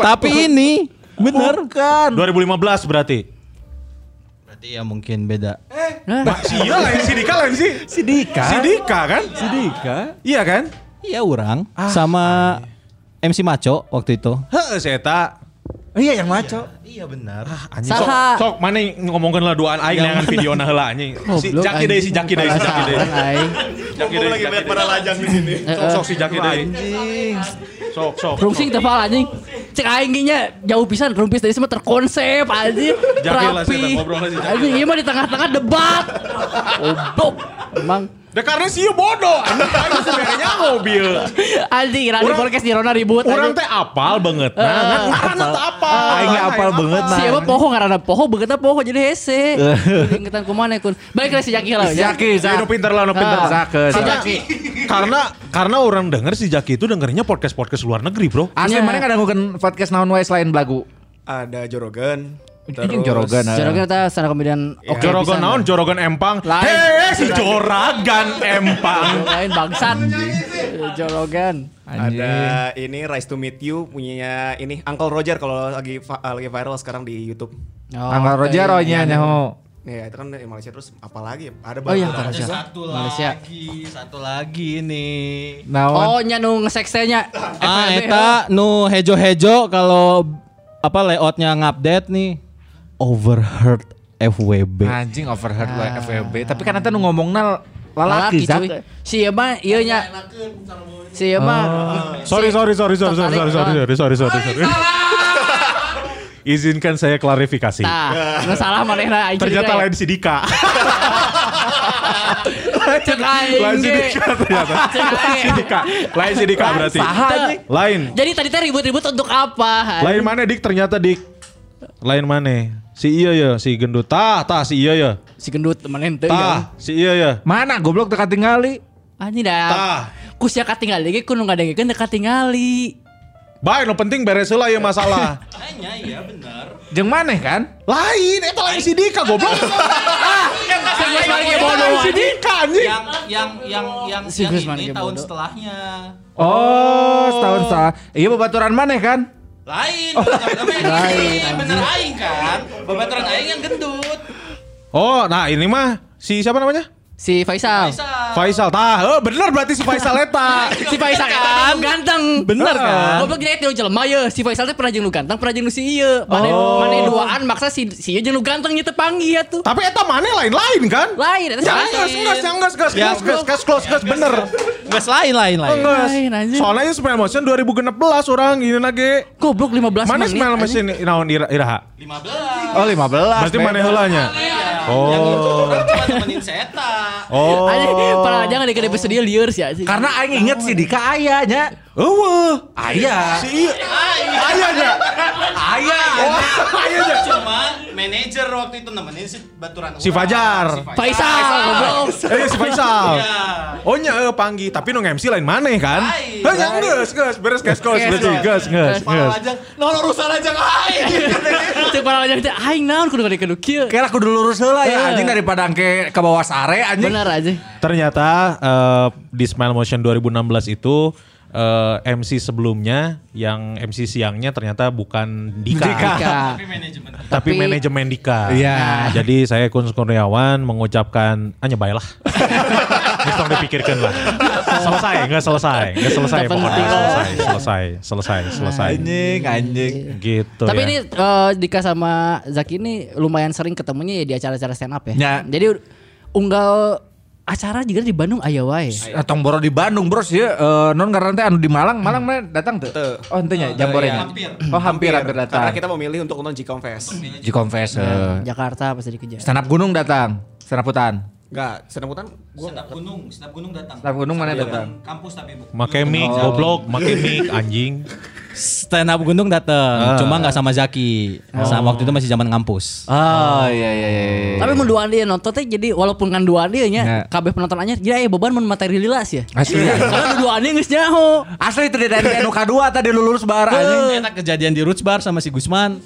Tapi ini bener kan.
2015 berarti.
Berarti ya mungkin beda.
Si iya lain si Dika lain sih.
Si Dika.
Si Dika kan?
Si Dika.
Iya kan?
Iya orang sama MC Maco waktu itu.
Heeh, si Eta.
Oh,
Iya yang maco.
Iya benar.
Ah, Anjing sok,
Saha.
sok mana yang ngomongkeun lah duaan aing dengan video nah heula anjing. Si
Goblok,
Jaki deui si
anjing.
Jaki deui si Jaki deui.
Penasaran, aing.
Jaki deui. Lagi lihat para lajang di sini. Sok sok si Jaki deui. Sok sok.
Rungsing tepal anjing. Cek aing ge nya jauh pisan rumpis dari semua terkonsep anjing.
Jahil lah sih,
Rapi. iya
ngobrol lah sih, jahil.
Anjing ieu mah di tengah-tengah debat. Goblok. Emang
Da Ya, karena sih bodoh. Anjing aing sebenarnya mobil.
Anjing, Rani
Orang-
podcast di Rona ribut.
Orang teh apal banget. Nah, ngaranna teh apal.
Aing apal
iya.
banget nah.
Siapa poho karena poho begetna poho jadi hese. Ingetan kumana kun. Balik ke si Jaki lah. ya.
Zaki,
Ya, nu pinter lah, nu pinter.
Ah, Zakes.
Karena, karena karena orang denger si Jaki itu dengerinnya podcast podcast luar negeri bro.
Asli
Nya.
mana kadang ngukeun podcast naon wae selain belagu.
Ada Jorogen.
Ini Jorogen. ah.
Jorogen eta stand up comedian oke.
Iya. Jorogan
pisan.
naon, Jorogan Empang.
Lain.
Hei, si Jorogan Empang.
Yang Lain bangsat. Eh, Jorogen.
Ada ini Rise to Meet You punya ini Uncle Roger kalau lagi fa- lagi viral sekarang di YouTube.
Angkat Roger oh nya nya ho.
Ya itu kan dari Malaysia terus apalagi ada
Oh
banyak.
iya, Angkal Roger.
Satu
Malaysia.
lagi, satu lagi nih.
Naon?
Oh, nya nu ngeseksenya.
Ah, eta nu hejo-hejo kalau apa layoutnya ngupdate nih overheard FWB.
Anjing overheard wae FWB, tapi kan eta nu ngomongna lalaki
Lalaki
Zak.
cuy. Si Ema ieu nya. Si iya Ema.
Ah.
Sorry, sorry, sorry, sorry, sorry, sorry, sorry, sorry, sorry, sorry, sorry. Izinkan saya klarifikasi.
Tah, nu Ah, salah manehna anjing.
Ternyata lain si Dika.
Cek aing.
Lain si
ge.
Dika ternyata.
Cek
Si
aing.
Dika. Lain si Dika berarti. Lain.
Jadi tadi teh ribut-ribut untuk apa?
Lain mana Dik ternyata Dik. Lain mana? Si iya ya, si gendut. Tah, tah si iya ya.
Si gendut temenin teu. ya.
Tah, si iya ya.
Mana goblok teu katingali?
Anjing dah. Kusya katingali ge kudu ngadengkeun teu katingali.
Baik, lo penting beres lah ya masalah.
Hanya ya benar.
Jeung maneh kan?
lain, itu lain si Dika goblok.
Si Gusman ge ya, bodoh.
Lain si Dika anjing.
Yang yang yang yang,
Si
yang
Gusman
ini
Gebodo.
tahun setelahnya.
Oh, setahun setahun. Iya babaturan maneh kan?
Lain, tapi yang bener aing kan. Babaturan aing yang gendut.
Oh, nah ini mah si siapa namanya?
Si Faisal.
Faisal.
Faisal. Tah, oh, bener berarti si Faisal ya, eta.
Si Faisal kan ganteng. Bener kan? Goblok gini tilu jelema ye. Si Faisal teh pernah jeung nu ganteng, pernah jeung nu si ieu. Mane mane duaan maksa si si ieu jeung nu ganteng nya teh panggih atuh.
Tapi eta mana lain-lain kan?
Lain eta
Ya, enggak,
salah.
enggak, enggak, enggak,
iya Ya, Iya,
enggak, enggak, close, enggak, bener.
Gas lain lain lain.
Enggak.
Lain, anjing.
Soalnya itu Smile Motion 2016 orang ini lagi.
Goblok 15
Mana
menit.
Smile
anjing.
Motion ini naon ira- iraha?
15.
Oh, 15.
Berarti mana heulanya?
Yang itu
Oh.
orang cuma temenin seta.
Oh.
Anjing, parah jangan dikira episode dia liur sih anjing.
Karena aing inget si Dika aya nya.
Eueuh.
Aya.
Si iya. Oh. Aya nya.
Aya.
Aya nya.
Cuma manajer waktu itu nemenin si baturan
Si
orang.
Fajar.
Si
Faisal, goblok.
Eh si Faisal.
Iya.
Oh nya eh, panggi, tapi nu MC lain maneh kan?
Lain.
Eh ya geus, geus, beres geus close berarti. Geus, geus,
Pala
geus.
aja. Nah, urusan aja aing.
Cek parah jangan teh aing naon kudu ngade kudu kieu.
Kayak aku dulu lurus heula ya anjing daripada angke ke bawah sare anjing.
Bener aja.
Ternyata eh, di Smile Motion 2016 itu eh, MC sebelumnya yang MC siangnya ternyata bukan Dika,
Dika.
Tapi manajemen.
tapi,
Tapi-
manajemen Dika.
Iya.
Jadi saya Kun Kurniawan mengucapkan hanya baiklah. Ini tolong dipikirkan lah. Selesai, nggak selesai, nggak selesai
Nggak
pokoknya
penting.
selesai, selesai, selesai, selesai.
Anjing, anjing.
Gitu.
Tapi
ya.
ini eh, Dika sama Zaki ini lumayan sering ketemunya ya di acara-acara stand up ya.
Ya.
Jadi unggal acara juga di Bandung aya wae.
Atong Eh, boro di Bandung bros ya eh, non karena teh anu di Malang Malang mana datang tuh oh ente nya jamborenya
Hampir.
oh hampir hampir datang
Karena kita memilih untuk nonton G-Confess.
di confess
Iya.
eh.
Jakarta pasti dikejar.
stand up gunung datang stand up hutan
Enggak, senang putan gua
Senap gunung, senap gunung datang.
Senap gunung mana datang?
Kampus tapi bu.
Make mic, goblok, make mic, anjing.
Stand up Gunung dateng, cuma nggak sama Zaki. Sama waktu itu masih zaman ngampus.
oh iya iya iya
Tapi mun duaan dia nonton teh jadi walaupun kan duaan dia nya
Ya.
kabeh penonton anyar jadi aya beban mun materi lilas ya.
asli
Karena duaan dia geus nyaho.
asli tadi dari NUK 2 tadi lu lulus bar anjing
Anjing enak kejadian di Roots Bar sama si Gusman.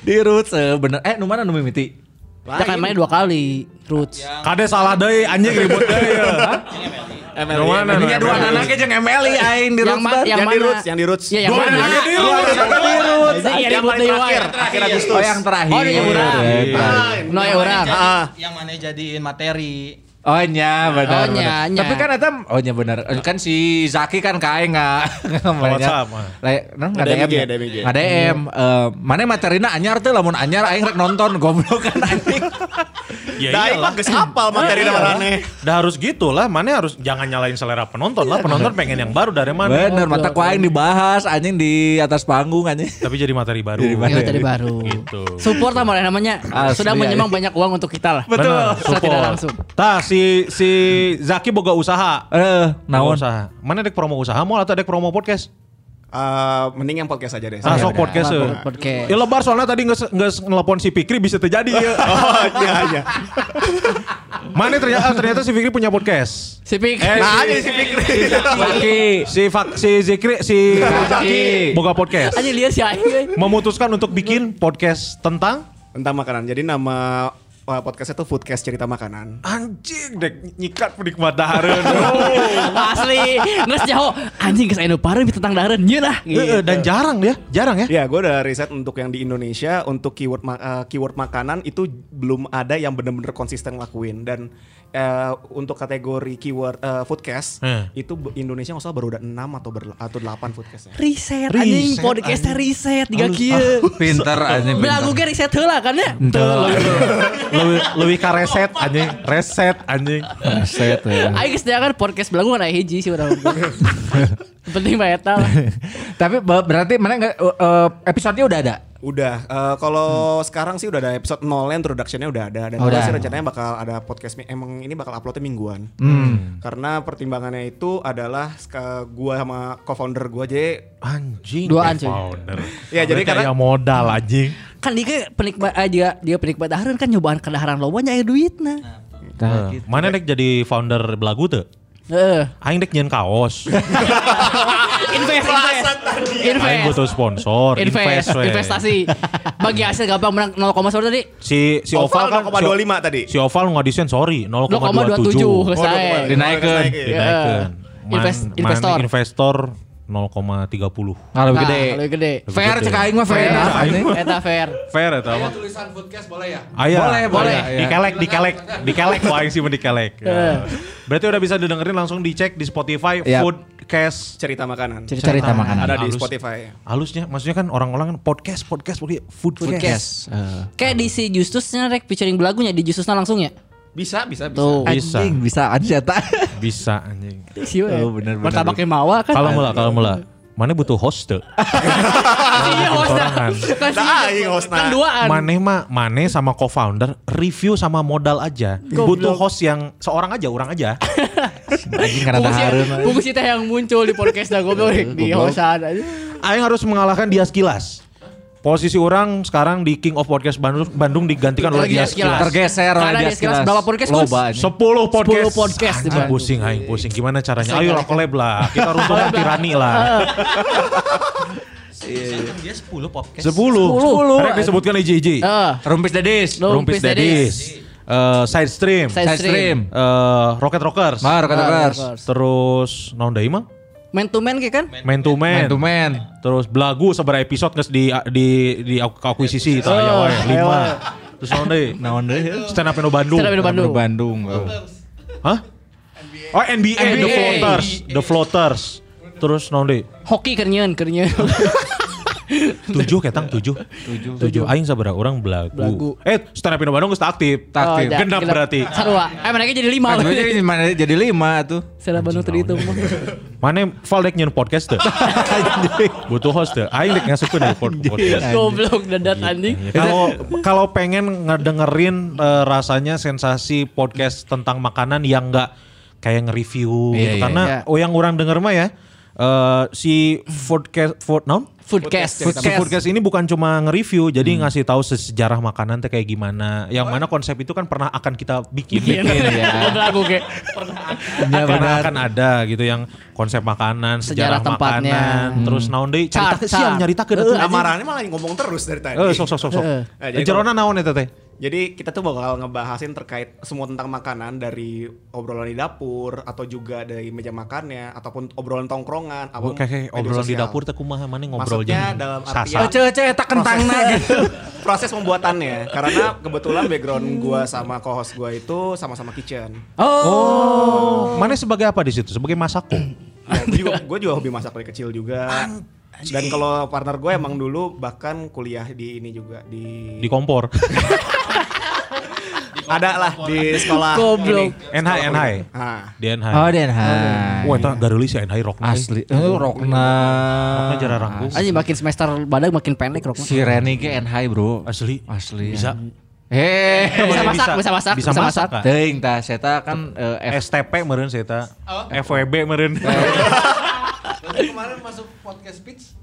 di roots eh, bener eh nu mana nu mimiti
Kita kan main dua kali roots.
Ya.
Kade salah deui anjing ribut deui. ya. Nu mana, nu
ini
Iya.
dua
emang?
anak jeung MLI aing di roots
ma-
bar
yang di
mana?
Roots, yang di Roots.
Ya, yang
Oh,
Dua
mana?
anak di
Dua anak
Roots.
di roots
Jadi yang ribut deui wae.
Akhir Agustus.
oh yang terakhir
iya.
Oh, di Jemurah.
Eh,
Ah,
No ya orang.
Yang mana jadiin materi.
Oh nya benar.
Oh, nya,
benar.
nya.
Tapi kan eta oh nya benar. Kan si Zaki kan kae nggak
WhatsApp, ah.
Lain nang nggak
Ada
DM.
MG,
nya.
ada MG.
Nggak DM. Eh, Mana materina anyar tuh lamun anyar aing rek nonton goblok kan anjing.
Ya
Daik
iyalah. Iya.
mah geus hafal materi nama aneh.
Dah harus gitu lah, mana harus jangan nyalain selera penonton lah. Penonton pengen yang baru dari mana.
Iya, Bener mata ku aing dibahas anjing di atas panggung anjing.
Tapi jadi materi baru.
Jadi materi.
Iya, tadi baru.
Gitu.
Support sama lah namanya.
Asli,
Sudah menyumbang banyak uang untuk kita lah.
Benar,
Secara tidak
support.
langsung.
Tah si si Zaki boga usaha.
Eh,
Boga
naon?
usaha. Mana dek promo usaha mall atau dek promo podcast?
Eh, mending yang podcast aja deh.
Ah,
Iya,
Saya-
sok podcast. eh.
podcast.
Ya lebar soalnya tadi nggak ngelepon si Fikri bisa terjadi ya.
Oh, iya iya.
Mana ternyata ternyata si Fikri punya podcast.
Si Pik.
iya.
Nah, aja si Fikri.
Zaki.
Si Fak, si Zikri, si Zaki boga podcast.
Aja lihat si Aing. we.
Memutuskan untuk bikin podcast tentang
Tentang makanan. Jadi nama uh, podcastnya tuh Foodcast cerita makanan.
anjing dek nyikat penikmat dahareun.
Oh, Asli. Nges jauh. Anjing geus anu pareu tentang dahareun Iya lah.
Heeh, Dan jarang dia, jarang ya.
Ya, gue udah riset untuk yang di Indonesia untuk keyword ma- eh, keyword makanan itu belum ada yang bener-bener konsisten lakuin dan eh, untuk kategori keyword eh, foodcast
Hmm.
itu be- Indonesia nggak salah baru ada 6 atau berla- atau 8 foodcastnya.
Riset anjing podcastnya riset tiga kieu.
Pinter anjing.
Bila aku ge riset heula kan ya.
Lebih lebih ka reset anjing, reset anjing.
Set.
Aing geus jangan podcast belagu kan aya hiji sih urang. Penting mah eta lah.
Tapi be- berarti mana nggak eh, eh, episode-nya udah ada?
Udah, eh,
Hmm.
kalau sekarang sih udah ada episode 0 introduction-nya udah ada
Oh,
dan
Udah.
udah. sih rencananya bakal ada podcast mi- emang ini bakal uploadnya mingguan.
Hmm.
Karena pertimbangannya itu adalah ska- gua sama co-founder gua aja
Anjing.
Duaan,
the
cuy.
founder.
Ya, jadi
Sampai kayak
karena-
modal anjing.
Kan dia ge penikmat ah, dia dia penikmat dahareun kan nyobaan kedaharan loba nya aya duitna.
Eh, Mana dek jadi founder belagu tuh?
Heeh.
Aing dek nyen kaos.
Invest, invest.
Aing butuh sponsor,
Invest,
invest. we.
investasi. Bagi hasil gampang menang 0, sorry tadi.
Si si Oval kan
0,25 tadi.
Si Oval ngadisin sorry
0,27
Oh,
saya.
0,27.
Dinaikkan.
Dinaikin.
Dinaikkan. Man-
Invest-
man-
investor.
Iya. investor 0,30.
Nah, lebih
Nah,
gede.
lebih gede.
Fair
Lebih
cek
gede.
aing mah fair. anjing.
Eta fair.
Fair ya Ah, tahu.
Tulisan podcast boleh ya?
Aya.
Boleh, boleh.
Dikelek, dikelek, Iya, dikelek. Wah, yang sih mah dikelek. Ya. Berarti udah bisa didengerin langsung dicek di Spotify,
Iya.
Foodcast.
cerita makanan.
Cerita, makanan.
Ada di
Halus. Eh,
Spotify.
Halusnya, maksudnya kan orang-orang kan podcast, podcast, podcast, foodcast.
Podcast. Eh,
Kayak di si Justusnya rek featuring belagunya di Justusnya langsung ya.
Bisa, bisa, bisa.
Tuh.
Bisa.
Anjing bisa anjing eta.
Bisa anjing.
Si we.
Oh, bener, bener.
Martabaknya mawa kan.
Kalau mula, kalau mula. Mana butuh host tuh?
Iya hostnya.
Sorangan.
Kan si-
Nah, aing hostna.
Kan duaan.
Mane mah Mane sama co-founder review sama modal aja. Butuh host yang seorang aja, orang aja.
Anjing karena
Bungsi-
dahareun.
Bungsi teh yang muncul di podcast dah goblok rek, di hostan aja.
Aing harus mengalahkan Dias Kilas. Posisi orang sekarang di King of Podcast Bandung, Bandung digantikan oleh Dias Kilas.
Tergeser oleh
Karena
Dias
Dias Kilas
Kilas.
berapa podcast, Gus?
Loba anjing.
10 podcast.
10 podcast di
Anjing,
Bandung.
pusing aing pusing. Gimana caranya? Ayo lah collab lah. Iya, Kita runtuhkan tirani lah. kan Dia 10 podcast. 10. 10. Karena disebutkan IJJ.
Eh,
Rumpis Dedis.
Rumpis
Ah. Rumpis Daddies.
Daddies.
Eh, side stream.
Side
Side stream.
stream.
Eh, Rocket Rockers.
Mar kata kars.
Terus naon deui mah?
Man to man kayak kan?
Man to man.
Man to man.
Terus belagu seberapa episode geus di di di aku- akuisisi
Oh.
tah aya wae 5. Terus naon deui?
Naon deui?
Stand up Indo Bandung.
Stand Up Indo Bandung.
Bandung. oh.
Hah? Oh NBA, The
NBA.
Floaters, The Floaters. Terus naon deui?
Hoki kernyeun, kernyeun.
7 ketang 7. 7. Aing sabaraha orang belagu.
Belagu.
Eh, stand up Indo Bandung geus aktif.
Tak. Aktif.
Oh, dah,
Genap berarti.
Sarua. Eh mereka jadi lima.
Kan gua jadi mana jadi lima tuh.
Sarua Bandung tadi itu.
Mana Valdek nyen podcast teh? Butuh host teh. Aing dek ngasupkeun deui pod- podcast.
Goblok dadat anjing.
Ya, Kalau kalau pengen ngedengerin eh, rasanya sensasi podcast tentang makanan yang enggak kayak nge-review
Iya,
gitu
iya,
karena
iya.
oh yang orang denger mah ya eh, si podcast food no?
Foodcast.
Si podcast ini bukan cuma nge-review jadi
Hmm.
ngasih tahu sejarah makanan teh kayak gimana. Yang mana konsep itu kan pernah akan kita bikin.
Iya. Lagu kayak Iya,
Ya, karena akan ada gitu yang konsep makanan, sejarah,
Sejarah tempatnya. Hmm.
makanan, terus naon deui
Car,
cerita eh,
car.
siap nyarita ke
Tuh, Amarannya malah ngomong terus dari tadi.
Eh sok sok sok sok.
Heeh.
Eh,
Eh,
jadi
Jerona naon eta teh?
Jadi kita tuh bakal ngebahasin terkait semua tentang makanan dari obrolan di dapur atau juga dari meja makannya ataupun obrolan tongkrongan apa
Kayak kayak
media
obrolan di
sosial.
dapur teh kumaha mana ngobrol
Maksudnya
Oh,
jeung
dalam artian-
sasa.
Cece eta kentangna gitu.
Proses- proses pembuatannya karena kebetulan background gua sama co-host gua itu sama-sama kitchen.
Oh.
Oh, mana sebagai apa di situ? Sebagai masako.
Ya, gua juga, gua juga hobi masak dari kecil juga. Dan kalau partner gue emang dulu bahkan kuliah di ini juga di,
Di kompor.
Oh,
ada lah di sekolah
Goblok.
ini.
NH NH.
Ah.
Di NH.
Oh Den
Wah, itu gak rilis ya NH rock
Asli. Oh,
Eh,
Rokna.
Rokna jarang rangkus.
Anjing makin semester badak makin pendek rok.
Si Reni ke NH bro.
Asli.
Asli.
Bisa.
Heh.
Eh.
Bisa masak,
Bisa.
bisa masak,
Bisa masak, Kak.
Teuing tah seta kan eh, F
STP meren saya tak.
Oh.
FWB meren.
kemarin masuk podcast speech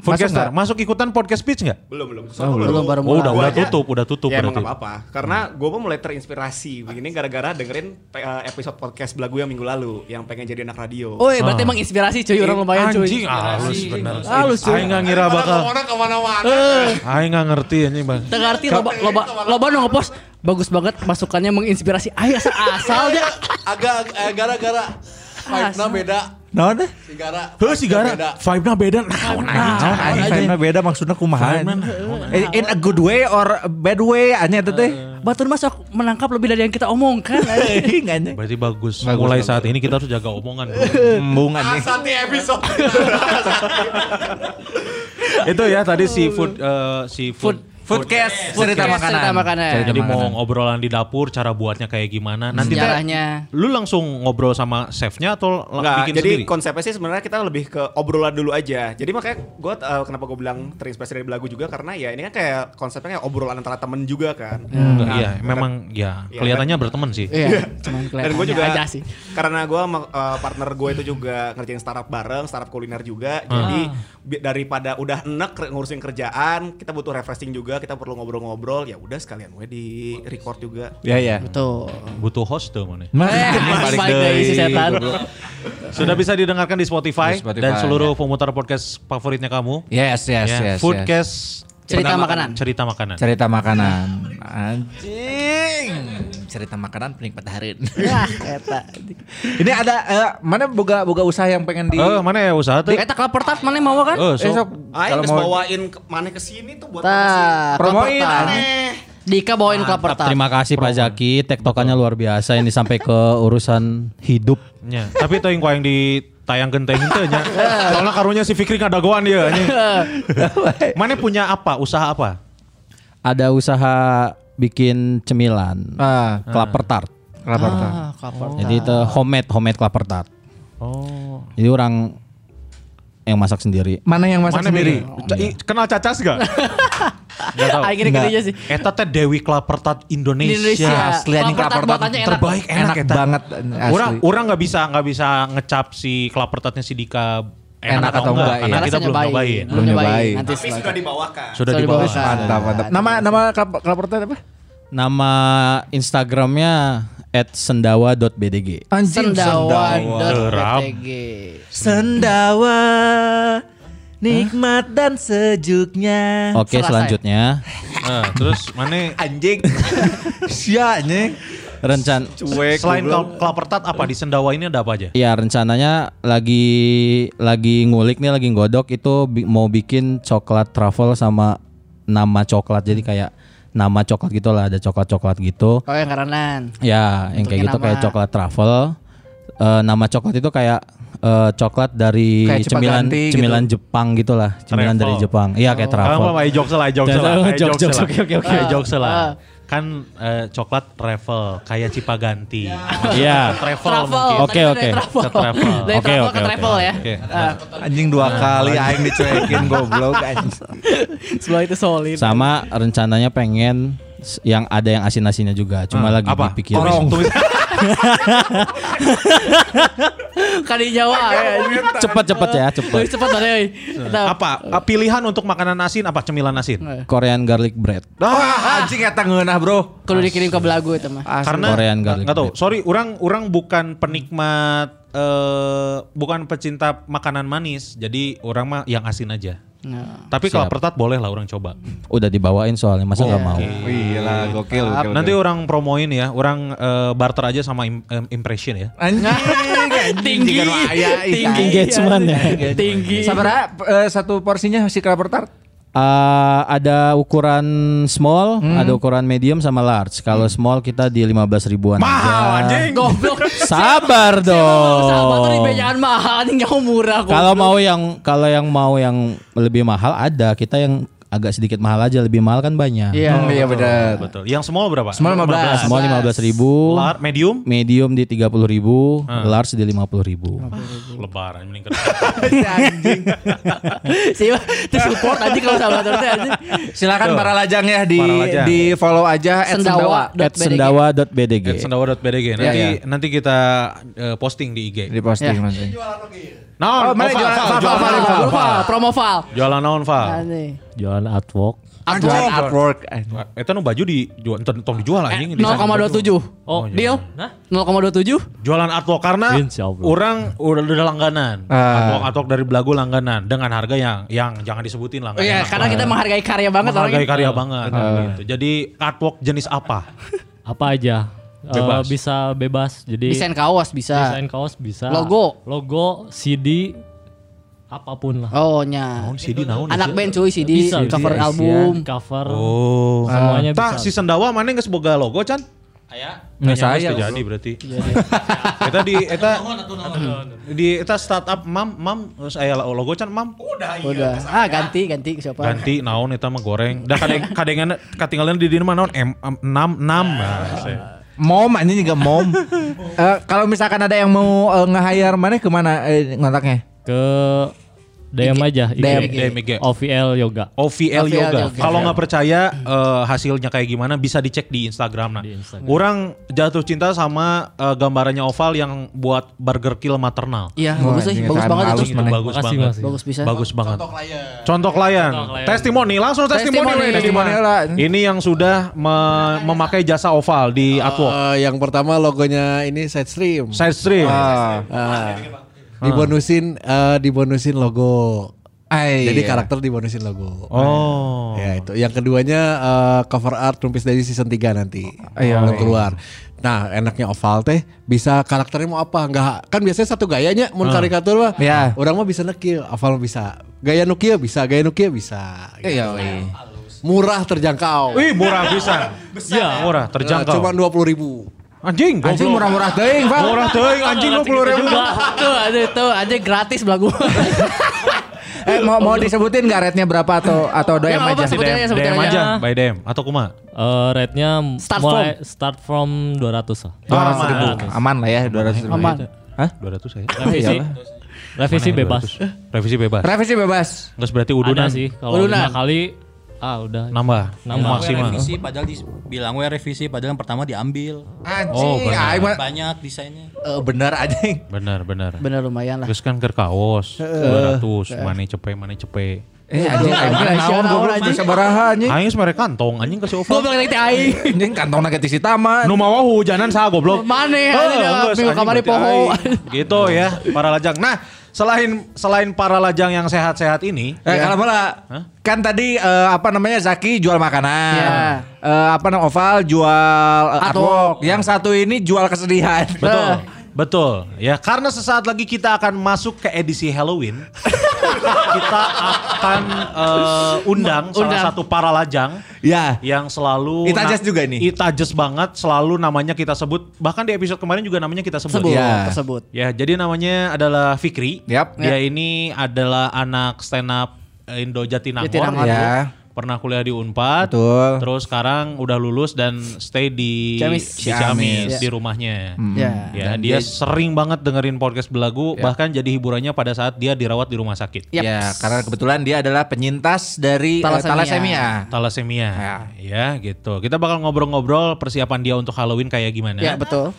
Podcast
nggak?
masuk ikutan podcast speech nggak?
Belum belum.
Belum baru
Oh, udah
Gua
udah
aja-
tutup, udah tutup
Ya emang gak
berarti.
apa-apa. Karena gue pun mulai terinspirasi begini gara-gara dengerin eh, episode podcast belagu yang minggu lalu yang pengen jadi anak radio.
Oh, berarti emang inspirasi cuy orang lumayan cuy.
Anjing, ah, halus bener.
Halus, cuy.
Aing nggak ngira bakal.
Orang kemana-mana.
Eh.
Aing nggak ngerti anjing bang.
Tengah arti loba loba loba nu ngepost bagus banget masukannya menginspirasi. Ayo asal asal dia.
Agak eh, gara-gara vibe-nya beda.
naon deh?
Si gara.
Heh si
Beda.
Gara, vibe-nya beda. Nah,
Nah,
Naon anjing,
Naon
naon
anjing
anjing.
vibe-na Nah, beda maksudnya kumaha?
Vibe-na
In in a good way or a bad way anjing eta teh.
Batur masuk menangkap lebih dari yang kita omongkan.
Eh.
Teuing anjing.
Berarti bagus. Mulai saat ini kita harus jaga omongan. bro.
Embung
Ah,
anjing.
Satu episode.
Itu ya tadi si food, eh, si food.
Foodcast cerita
Foodcast,
makanan.
cerita makanan.
Cerita
Jadi
makanan.
mau ngobrolan di dapur, cara buatnya kayak gimana. Nanti teh,
Sejarahnya.
lu langsung ngobrol sama chefnya atau la-
Nggak,
bikin
jadi
sendiri?
konsepnya sih sebenarnya kita lebih ke obrolan dulu aja. Jadi makanya gue kenapa gue bilang terinspirasi dari lagu juga karena ya ini kan kayak konsepnya kayak obrolan antara temen juga kan.
Nggak,
Hmm,
Nah,
iya, memang ya
Iya,
kelihatannya berteman sih.
Iya,
Dan
cuman
gue
kelihatannya
juga
aja sih.
karena gue sama uh, partner gue itu juga ngerjain startup bareng, startup kuliner juga.
Ah.
Jadi bi- daripada udah enek re- ngurusin kerjaan, kita butuh refreshing juga, kita perlu ngobrol-ngobrol. Ya udah sekalian gue di record juga.
Ya ya.
Betul.
Butuh host tuh mana.
Mas,
Eh, anjing,
balik
balik
deui.
deui si setan.
Sudah bisa didengarkan di Spotify,
Di Spotify,
dan seluruh pemutar podcast favoritnya kamu.
Yes, yes,
Ya,
yes. yes.
Foodcast
Cerita
Pertama-
makanan.
Cerita makanan.
Cerita makanan. Anjing. Cerita makanan penikmat hareun.
Yah, eta.
Ini ada eh, mana boga boga usaha yang pengen di
Eh, mana ya usaha tuh?
Di eta kelaper tat mana mau kan?
Eh, so-
Esok
Ayo
kalau
terus
mau
Ah, bawain ke, mana ke sini tuh buat
Tah,
Promoin,
kelaper tat. Dika bawain kelaper
Mantap,
tat.
Terima kasih Pak Zaki, tektokannya luar biasa ini sampai ke urusan hidup.
Ya, tapi teuing ku yang ditayangkeun teuing teu nya. Soalnya karunya si Fikri ngadagoan dia anjing. Mana punya apa? Usaha apa?
Ada usaha bikin cemilan,
Ah,
klaper tart.
lapar tak?
Ah, kelaper tat.
Jadi itu homemade, homemade klaper tart.
Oh.
Jadi orang yang masak sendiri.
Mana yang masak
Mana
sendiri?
Beri? Ca- i- Kenal Cacas gak? gak tau.
Aing gini-gini aja sih.
Eta teh Dewi Klapertat Indonesia.
Indonesia.
Ya, Asli anjing
Klaper tart
klaper tak
buatannya enak.
terbaik enak,
Enak
banget asli.
Orang orang nggak bisa nggak bisa ngecap si Klapertatnya si Dika
Enak atau enggak,
karena
iya.
kita belum
nyobain.
nyobain.
Belum
Belum
nyobain.
nyobain.
Nanti
Tapi
setelah-
sudah dibawakan.
Sudah
Sorry,
dibawa.
bawasan.
mantap mantap. Nama nama klap- klaper tak apa?
Nama Instagramnya @sendawa.bdg.
Anjing
sendawa.btg
Sendawa nikmat dan sejuknya.
Oke,
Selesai.
selanjutnya
Nah, terus mana
Anjing. Sia anjing.
rencan
selain kal- Klapertat apa di Sendawa ini ada apa aja?
Ya rencananya lagi lagi ngulik nih lagi godok itu bi- mau bikin coklat travel sama nama coklat jadi kayak nama coklat gitu lah ada coklat-coklat gitu
Oh yang karenan.
ya yang kayak
Bentuknya
gitu kayak
nama.
coklat travel Eh, nama coklat itu kayak eh, coklat dari
Kayak cepat
cemilan
ganti gitu. Oh.
cemilan Jepang gitulah cemilan dari
Travel.
Jepang iya kayak
Kamu
travel
apa? Ayo jokes lah, ayo jokes
Jangan-
lah.
jangan
ayo
jokes,
jokes
jokes,
lah.
oke, oke, oke.
Ayo jokes lah.
Ah.
Kan eh, coklat travel kayak Cipaganti.
Iya.
Travel
Ya. Travel.
mungkin.
Oke,
Tadi
oke.
dari travel.
Ke travel.
Dari travel
Oke, oke,
ke
oke,
travel ya.
Oke.
Anjing dua kali aing dicuekin goblok anjing.
Sebelah itu solid.
sama rencananya pengen s- yang ada yang asin-asinnya juga cuma lagi
Hmm, apa?
dipikirin
Tumis- tumis-
Kan di Jawa ya.
cepet-cepet ya cepet
Lebih cepat tadi.
apa? Eh, Pilihan untuk makanan asin apa cemilan asin?
Korean garlic bread
Ah, anjing eta ngeunah, Bro.
Kudu dikirim ke belagu itu mah.
Karena
Korean garlic
nggak tahu.
bread.
Sorry, orang orang bukan penikmat eh bukan pecinta makanan manis. Jadi orang mah yang asin aja.
Nah.
Tapi kalau pertat boleh lah orang coba.
udah dibawain soalnya
Iya.
masa nggak mau
Wih lah gokil gokil.
Nanti orang promoin ya, orang eh, barter aja sama im- em- impression ya.
Anjing,
Tinggi.
tinggi,
Tinggi.
iya,
engagement ya
Tinggi.
Sabar ah, p- eh, satu porsinya si kelapa tart.
eh, ada ukuran small,
Hmm.
ada ukuran medium sama large. Kalau small kita di 15
Ah,
ribuan.
Nah.
Mahal anjing.
Goblok.
Sabar
Sahabat tadi
dong.
bejaan mahal anjing yang murah goblok.
Oh. Kalau mau yang kalau yang mau yang lebih mahal ada, kita yang agak sedikit mahal aja, lebih mahal kan banyak.
Iya.
Hmm, iya benar.
Betul. Yang small berapa?
Small 15.
Small 15 ribu,
Large, medium,
medium di 30 ribu,
Ah.
large di 50 ribu.
lebaran mending
Sih, itu support aja kalau sahabat tadi anjing.
Silakan para lajang ya di
Para lajang.
di follow aja at
Sendawa.
Sendawa.
At sendawa.bdg.
sendawa.bdg nanti
Iya,
nanti kita eh, posting di IG.
Di posting
Ya.
nanti.
Nah,
Oh, mana jualan- Val, Val, Val, Val,
Val,
Val.
Val, promo Val.
Jualan naon, Val?
Aneh.
Jualan artwork.
Jualan artwork.
Eta nu Eh, baju di jual enten tong dijual
Eh,
anjing.
0,27.
Oh,
Deal?
Nah,
0,27?
jualan artwork karena
Insya Allah.
orang udah udah langganan.
Ah.
Artwork artwork dari Belagu langganan dengan harga yang yang jangan disebutin lah. nggak
Iya,
enak
karena
lah.
kita menghargai karya banget
menghargai
orangnya.
karya banget gitu. Jadi artwork jenis apa?
apa aja Eh,
Bebas.
bisa bebas jadi
Desain kaos bisa.
desain kaos bisa
Logo.
logo CD apapun lah
Oh nya.
Naon CD naon?
Anak
itu?
band cuy CD,
Bisa,
cover
bisa.
album.
cover
Oh.
Gitu. semuanya
Tah si
bisa
Sendawa mana nggak seboga logo Chan?
Aya.
Nggak
Tanya
saya.
geus jadi berarti.
Iya,
Eta di eta di eta startup mam mam geus aya logo Chan mam.
Udah. Ah ganti ganti siapa?
Ganti naon eta mah goreng. Da kadeng kadengan katinggalan di dieu mah naon M 6 6.
Mom anjing juga mom. Eh, kalau misalkan ada yang mau eh, nge-hire mana kemana eh, ngontaknya?
ke DM aja IG.
DM.
DM IG.
OVL Yoga
OVL
OVL
Yoga.
Yoga.
Iya.
Kalau nggak percaya eh, hasilnya kayak gimana bisa dicek di Instagram nah.
Di Instagram.
Orang jatuh cinta sama eh, gambarannya oval yang buat burger kill maternal.
Iya,
Wah,
bagus sih,
anjing,
bagus
tahan
banget
Itu
itu.
halus. mana?
bagus
Makasih,
banget.
makasih.
Bagus bisa.
Bagus banget. Contoh klien. Testimoni langsung testimoni.
Testimoni.
ini, Dimas.
Testimoni lah.
Ini yang sudah me- memakai jasa oval di Atwok.
Nah, iya. Eh, yang pertama logonya ini side stream.
Side stream.
Ah.
Ah. dibonusin eh, dibonusin logo.
Ay.
Jadi karakter dibonusin logo.
Oh.
Ya itu. Yang keduanya eh, cover art Rumpis dari season 3 nanti.
Iya.
Belum keluar. Nah, enaknya oval teh bisa karakternya mau apa? Enggak kan biasanya satu gayanya mun karikatur mah.
Ah. Iya.
Orang mah bisa nekil, oval mah bisa. Gaya nukia bisa, gaya nukia bisa. gitu.
Iya, weh.
Murah terjangkau.
Wih, murah bisa.
ya?
Iya, murah, terjangkau.
Cuma 20 ribu.
anjing,
Anjing
goblok.
murah-murah teuing, Pak.
Murah teuing anjing lu puluh ribu.
Tuh, ada tuh, ada gratis belagu.
Eh mau mau disebutin nggak rate-nya berapa atau atau DM
Ya, apa-apa,
aja?
Di
Sebutin
DM,
aja, sebutin
DM
aja.
aja, by DM atau kuma.
Eh, rate-nya
Start
mulai start from 200 lah
Dua
ratus ribu. Aman lah ya 200 ribu.
Aman.
Hah?
Dua ratus ya? saya.
revisi revisi bebas
Revisi bebas.
Revisi bebas.
Nggak berarti
ada
udunan
sih kalau lima kali ah udah
nambah,
Nambah.
maksimal.
Revisi.
padahal bilang we revisi padahal yang pertama diambil.
Oh,
Anjing,
benar.
aing mah-
Banyak desainnya.
Eh, bener anjing.
Benar, benar.
Bener lumayan lah.
Terus kan ke kaos 200, mana cepe, mana cepe.
Eh anjing aing mah naon goblok bisa baraha anjing.
Aing sebenarnya kantong, anjing kasih
Gue
oval.
bilang nanti aing.
Anjing kantong naga si taman.
Nu mawa hujanan sah goblok.
Mana
Eh,
ya?
enggeus,
Minggu
anjing
kamari
berarti
poho.
aing. Gitu ya, para lajang. Nah, selain selain para lajang yang sehat-sehat ini,
Eh kalau malah kan tadi eh, apa namanya Zaki jual makanan.
Iya.
Eh, apa namanya Oval jual eh, artwork. Yang satu ini jual kesedihan.
Betul.
Nah.
Betul. Ya, karena sesaat lagi kita akan masuk ke edisi Halloween. kita akan eh, undang, salah
Undang.
satu para lajang
Ya.
yang selalu
Itajes juga ini.
Itajes banget, selalu namanya kita sebut. Bahkan di episode kemarin juga namanya kita sebut.
Sebut,
Iya.
tersebut.
Ya, jadi namanya adalah Fikri.
Yap.
Dia ini adalah anak stand up Indo Jatinangor. Iya.
Jatinangor.
Ya.
Pernah kuliah di Unpad.
Betul.
Terus sekarang udah lulus dan stay di
Ciamis.
di, Ciamis, di rumahnya.
Hmm.
Ya.
Ya, dia, sering banget dengerin podcast belagu, bahkan jadi hiburannya pada saat dia dirawat di rumah sakit.
Yap.
Ya, karena kebetulan dia adalah penyintas dari eh, talasemia.
Talasemia.
Talasemia. Ya, gitu. Kita bakal ngobrol-ngobrol persiapan dia untuk Halloween kayak gimana.
Ya betul.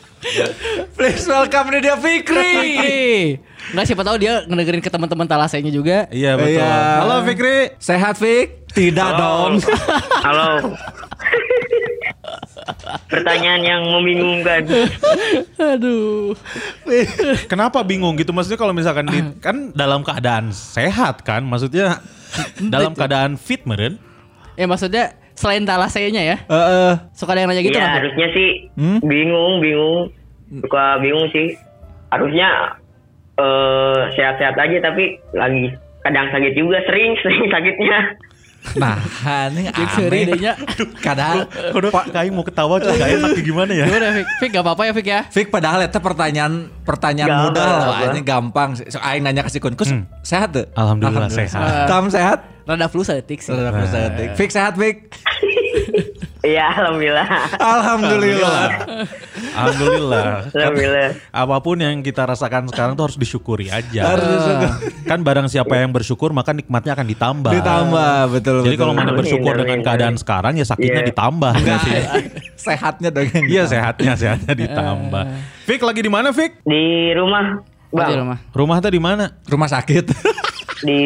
Please welcome Nidia Fikri.
Enggak siapa tahu dia ngedengerin ke teman-teman talasenya juga.
Iya, betul.
Iya.
Halo Fikri.
Sehat Fik? Oh. Tidak dong.
Halo. Pertanyaan yang membingungkan.
Aduh.
Kenapa bingung gitu? Maksudnya kalau misalkan
Ah.
di, kan dalam keadaan sehat kan, maksudnya dalam keadaan fit meren.
Ya maksudnya selain talasenya ya.
Eh, eh.
Suka ada yang nanya gitu
Iya
nggak?
harusnya sih bingung bingung suka bingung sih. Harusnya eh, sehat-sehat aja tapi lagi kadang sakit juga sering sering sakitnya.
Nah, ini
Jeung
aneh.
seuri deui nya.
Kadang Pak Kaing mau ketawa
cuma nggak enak gimana ya?
Gimana Fik? Fik gak apa-apa ya Fik ya?
Fik padahal itu pertanyaan pertanyaan
Gak
mudah
apa-apa.
lah, Wak. ini gampang. So, aing nanya ke si Kun, "Kus, sehat tuh?
Alhamdulillah, sehat.
Tam sehat?
Rada flu sedetik sih.
Rada flu sedetik. Fik sehat Fik?
Iya, alhamdulillah.
Alhamdulillah.
Alhamdulillah.
Alhamdulillah.
Apapun yang kita rasakan sekarang tuh harus disyukuri aja.
Harus disyukur.
Kan barang siapa yang bersyukur maka nikmatnya akan ditambah.
Ditambah, betul,
Jadi
betul.
kalau mana bersyukur
Amin,
dengan
amin,
keadaan
amin.
sekarang ya sakitnya
Iya.
ditambah.
Enggak,
sih.
Sehatnya dong. yang
Iya
ditambah.
sehatnya sehatnya ditambah.
Eh.
Fik lagi di mana Fik?
Di rumah. Bang. Di
Oh, rumah.
Rumah tuh di mana?
Rumah sakit.
Di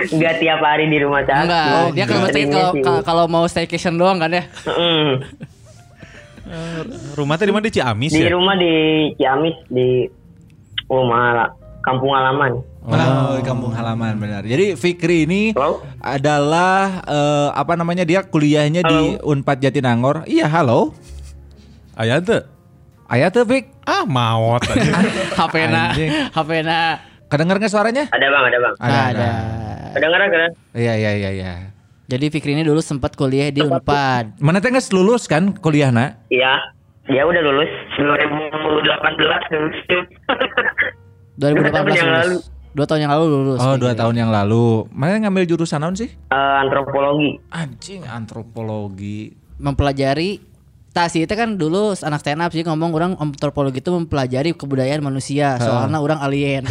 Enggak tiap hari di rumah sakit.
Enggak, Oh, dia kalau mesti
Seringnya
kalau
sih.
kalau- kalau mau staycation doang kan ya.
Rumah tuh di mana di Ciamis
Di
ya?
rumah di Ciamis di rumah ala- kampung halaman.
Oh, di kampung halaman benar. Jadi Fikri ini adalah eh, apa namanya dia kuliahnya di Unpad Jatinangor. Iya, halo.
Aya tuh.
Aya tuh, Fik.
Ah, mawot
HP-na,
Anjing.
HP-na.
Kedenger nggak suaranya?
Ada Bang, ada Bang.
Ada. ada.
Kedengeran kan?
Iya, iya, iya, iya.
Jadi Fikri ini dulu sempat kuliah di Unpad.
Mana teh nggak lulus kan kuliah, Nak?
Iya. Dia udah lulus 2018 lulus.
2018
Yang lalu.
lulus. Dua tahun yang lalu lulus.
Oh, dua tahun yang lalu. Mana ngambil jurusan naon sih?
Eh, antropologi.
Anjing, antropologi.
Mempelajari Tasi itu kan dulu anak stand up sih ngomong orang antropologi itu mempelajari kebudayaan manusia
Heeh.
soalnya orang alien.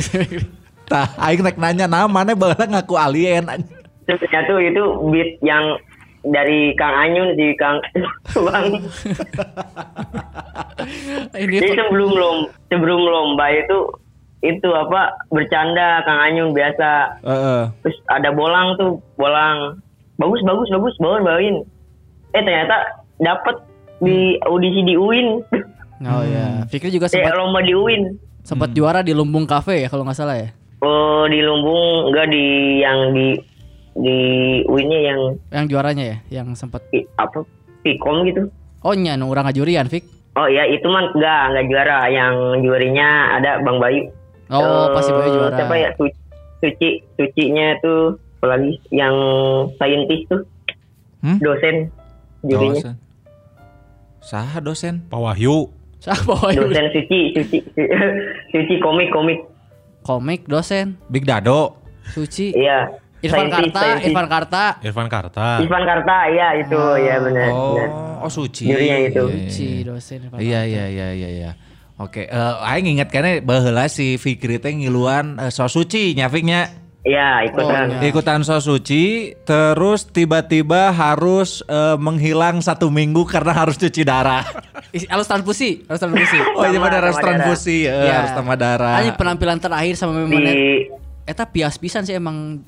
Tah, aing rek nanya namanya baheula ngaku alien.
Terus ternyata itu beat yang dari Kang Anyun di Kang Bang. Jadi
Iya.
sebelum lom, sebelum lomba itu itu apa bercanda Kang Anyun biasa.
Heeh.
Terus ada bolang tuh, bolang. Bagus bagus bagus, bawain bawain. Eh ternyata dapet di audisi di UIN.
Oh
Hmm.
ya, Fikri juga
Eh,
sempat
Iya,
lomba di UIN.
sempat juara di Lumbung Cafe ya kalau nggak salah ya.
Oh, di Lumbung enggak di yang di di UIN-nya yang
Yang juaranya ya, yang sempat
i- apa? Pikom gitu.
Oh nyan, orang ngajurian Fik.
Oh iya itu mah enggak, enggak juara. Yang juarinya ada Bang Bayu.
Oh,
Eh,
pasti Bayu juara.
Siapa ya? Su- Suci, sucinya itu apalagi yang saintis tuh.
Hmm?
Dosen jurinya.
Saha dosen?
Pak Wahyu.
Siapa Bayu?
Dosen suci, suci, suci komik-komik.
Komik dosen.
Big Dado.
Suci.
Iya.
Irfan
Saintis,
Karta,
saintis.
Irfan Karta.
Irfan Karta.
Irfan Karta, iya itu, iya benar.
Oh,
benar.
oh suci.
Jurinya itu.
Suci dosen Irfan
Iya iya iya iya iya. Oke, eh aing ingat karena baheula si Fikri teh ngiluan eh, sos suci nyafiknya.
Iya,
Oh,
ikutan.
Ikutan sos suci terus tiba-tiba harus eh, menghilang satu minggu karena harus cuci darah.
Is- Alus transfusi, alus transfusi.
Oh, iya benar, harus transfusi, eh,
Iya.
harus tambah darah.
Hanya penampilan terakhir sama Memonet.
Di-
Eta pias pisan sih emang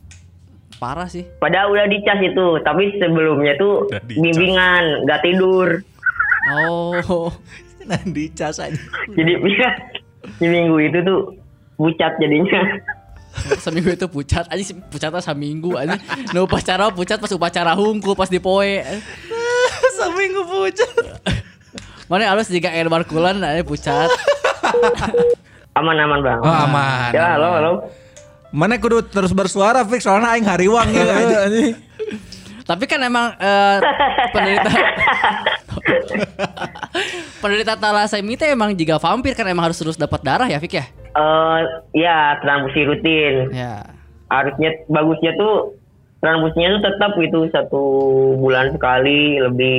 parah sih.
Padahal udah dicas itu, tapi sebelumnya tuh bimbingan, nggak tidur.
Oh.
Nandi cas aja.
Jadi ya, di minggu itu tuh pucat jadinya.
Seminggu itu pucat aja pucatnya seminggu aja. Nu upacara pucat pas upacara hungku pas di poe.
Seminggu pucat.
Mana alus jika air barkulan aja pucat.
Aman aman bang.
Oh, aman.
Ya halo halo.
Mana kudu terus bersuara Fik soalnya aing hariwang ya anjing.
Tapi kan emang eh, penderita penderita talasemi itu emang jika vampir kan emang harus terus dapat darah ya Fik ya.
Eh ya transfusi rutin.
Ya.
Harusnya bagusnya tuh transfusinya tuh tetap gitu satu bulan sekali lebih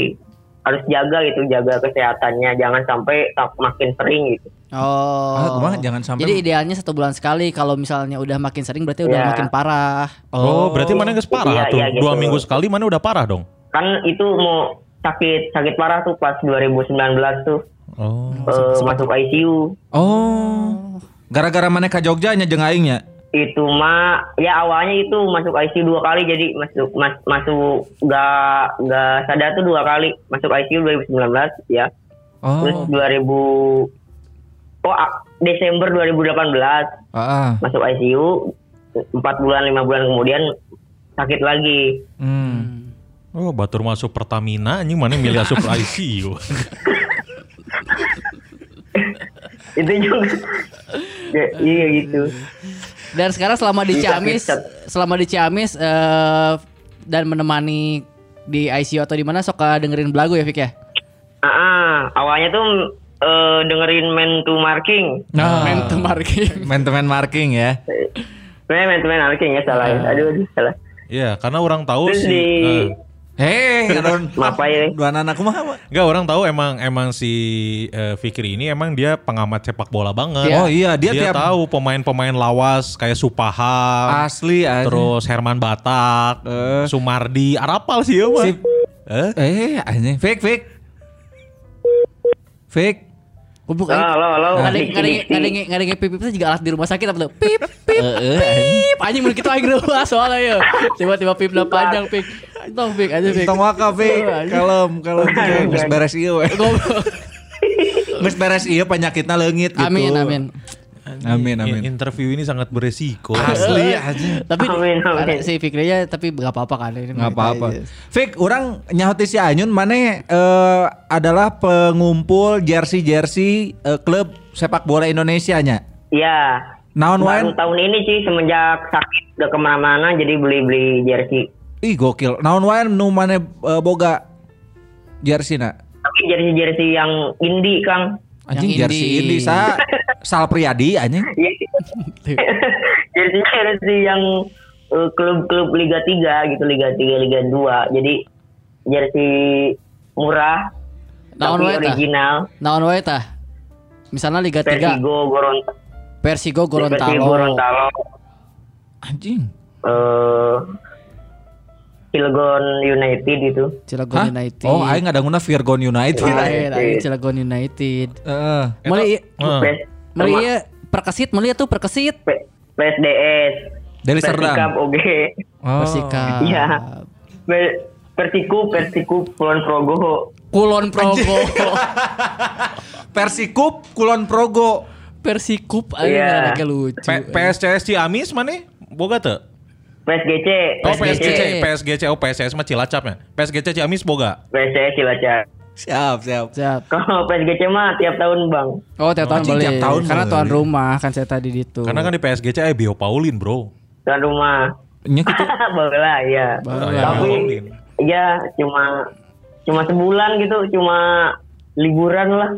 harus jaga itu jaga kesehatannya jangan sampai tak- makin sering gitu.
Oh.
Ah, kumaha, jangan sampai-
Jadi idealnya satu bulan sekali. Kalau misalnya udah makin sering berarti udah
Ya.
makin parah.
Oh, berarti mana geus parah
Iya,
tuh.
iya, gitu.
Dua minggu sekali mana udah parah dong.
Kan itu mau sakit sakit parah tuh pas 2019 tuh
Oh.
eh, masuk ICU.
Oh. Gara-gara mana ke Jogja nya jeung aingnya.
itu mah ya awalnya itu masuk ICU dua kali jadi masuk mas, masuk gak gak sadar tuh dua kali masuk ICU 2019 ya
Oh.
terus 2000 oh a- Desember 2018
Ah. ah.
masuk ICU empat bulan lima bulan kemudian sakit lagi
Hmm.
Oh, batur masuk Pertamina anjing mana milih asup ICU.
itu Ya, iya juga Ya, iya gitu
Dan sekarang selama di
gitu. Bisa,
Ciamis,
bisa.
selama di Ciamis eh, dan menemani di ICU atau di mana suka dengerin belagu ya Fik ya?
Ah, ah, awalnya tuh eh, dengerin man to marking.
Nah, man to marking.
Man to man marking ya.
Sebenarnya man to man marking ya salah. Aduh, aduh salah.
Iya, karena orang tahu
Terus
si
di
eh,
Hei, Ron.
Maaf ya.
Iya, Dua anak aku mah.
Enggak orang tahu emang emang si eh, Fikri ini emang dia pengamat sepak bola banget.
Iya. Oh iya, dia tiap-
tahu pemain-pemain lawas kayak Supaha,
Asli iya. Eh. aja.
terus Herman Batak, Sumardi, Arapal sih ya mah.
Si-
Eh?
Eh, anjing. Fik, Fik. Fik.
Kumpul
Halo, Nah, halo, halo.
Ngadeng
Diksi,
ngadeng
diksi.
ngadeng ngadeng pipip itu juga alat di rumah sakit apa tuh? Pip pip
Eh,
Heeh,
pip. Anjing mun kita aing rumah soalnya ya. Tiba-tiba pip udah panjang pik. Tong pik aja pik.
Tong waka, Fik. Kalem, kalem. Nges beres iya, weh.
Goblok.
Nges beres iya penyakitnya leungit gitu. Iya,
Amin amin.
Amin, amin.
In- Interview ini sangat beresiko. Eh.
Asli aja.
Tapi
Amin, amin.
ada si Fikri ya tapi nggak apa-apa kan ini.
nggak apa-apa.
Iya.
Fik, orang nyauti si Anyun mana eh, adalah pengumpul jersey-jersey eh, klub sepak bola Indonesia nya.
Iya.
Naon wae?
Baru tahun ini sih semenjak sakit udah kemana-mana jadi beli-beli jersey.
Ih gokil. Naon wae nu mana eh, boga jersey na?
Tapi jersey-jersey yang indie, Kang.
Anjing
Yang
jersey ini
indie.
sa Sal Priadi anjing.
Iya. jersey-jersey yang eh, klub-klub Liga 3 gitu, Liga 3, Liga 2. Jadi jersey murah
Naon
tapi
wae tah?
original.
Naon wae tah? Misalnya Liga 3
Persigo Gorontalo.
Persigo
Persigo
Gorontalo.
Gorontalo.
Anjing.
Eh Cilegon United itu.
Cilegon
Hah?
United.
Oh, aing ngadanguna Virgon United. Eh.
Lain, aing Cilegon United.
Heeh.
Mali
Heeh.
Pes-
mali ieu perkesit, mali tuh perkesit.
P- PSDS.
Deli
Persikap
Serdang.
oge.
Oh.
Persikap.
Iya. Per- Persikup, Persikup, Kulon Progo.
Kulon Progo.
Persikup Kulon Progo.
Persikup aja
Iya.
yeah. lucu.
P- PSCS Ciamis mana? Boga tuh?
PSGC.
Oh
PSGC.
PSGC, PSGC, oh PSCS mah Cilacapnya. PSGC Ciamis boga.
PSGC Cilacap.
Siap, siap.
Siap.
Kalau PSGC mah tiap tahun bang.
Oh tiap tahun
Anjing,
boleh.
tiap tahun
Karena
boleh.
tuan rumah kan saya tadi itu.
Karena kan di PSGC eh Bio Paulin bro.
Tuan rumah.
Nya gitu.
Bola ya.
Oh,
Iya,
Tapi
Paulin.
ya cuma cuma sebulan gitu, cuma liburan lah.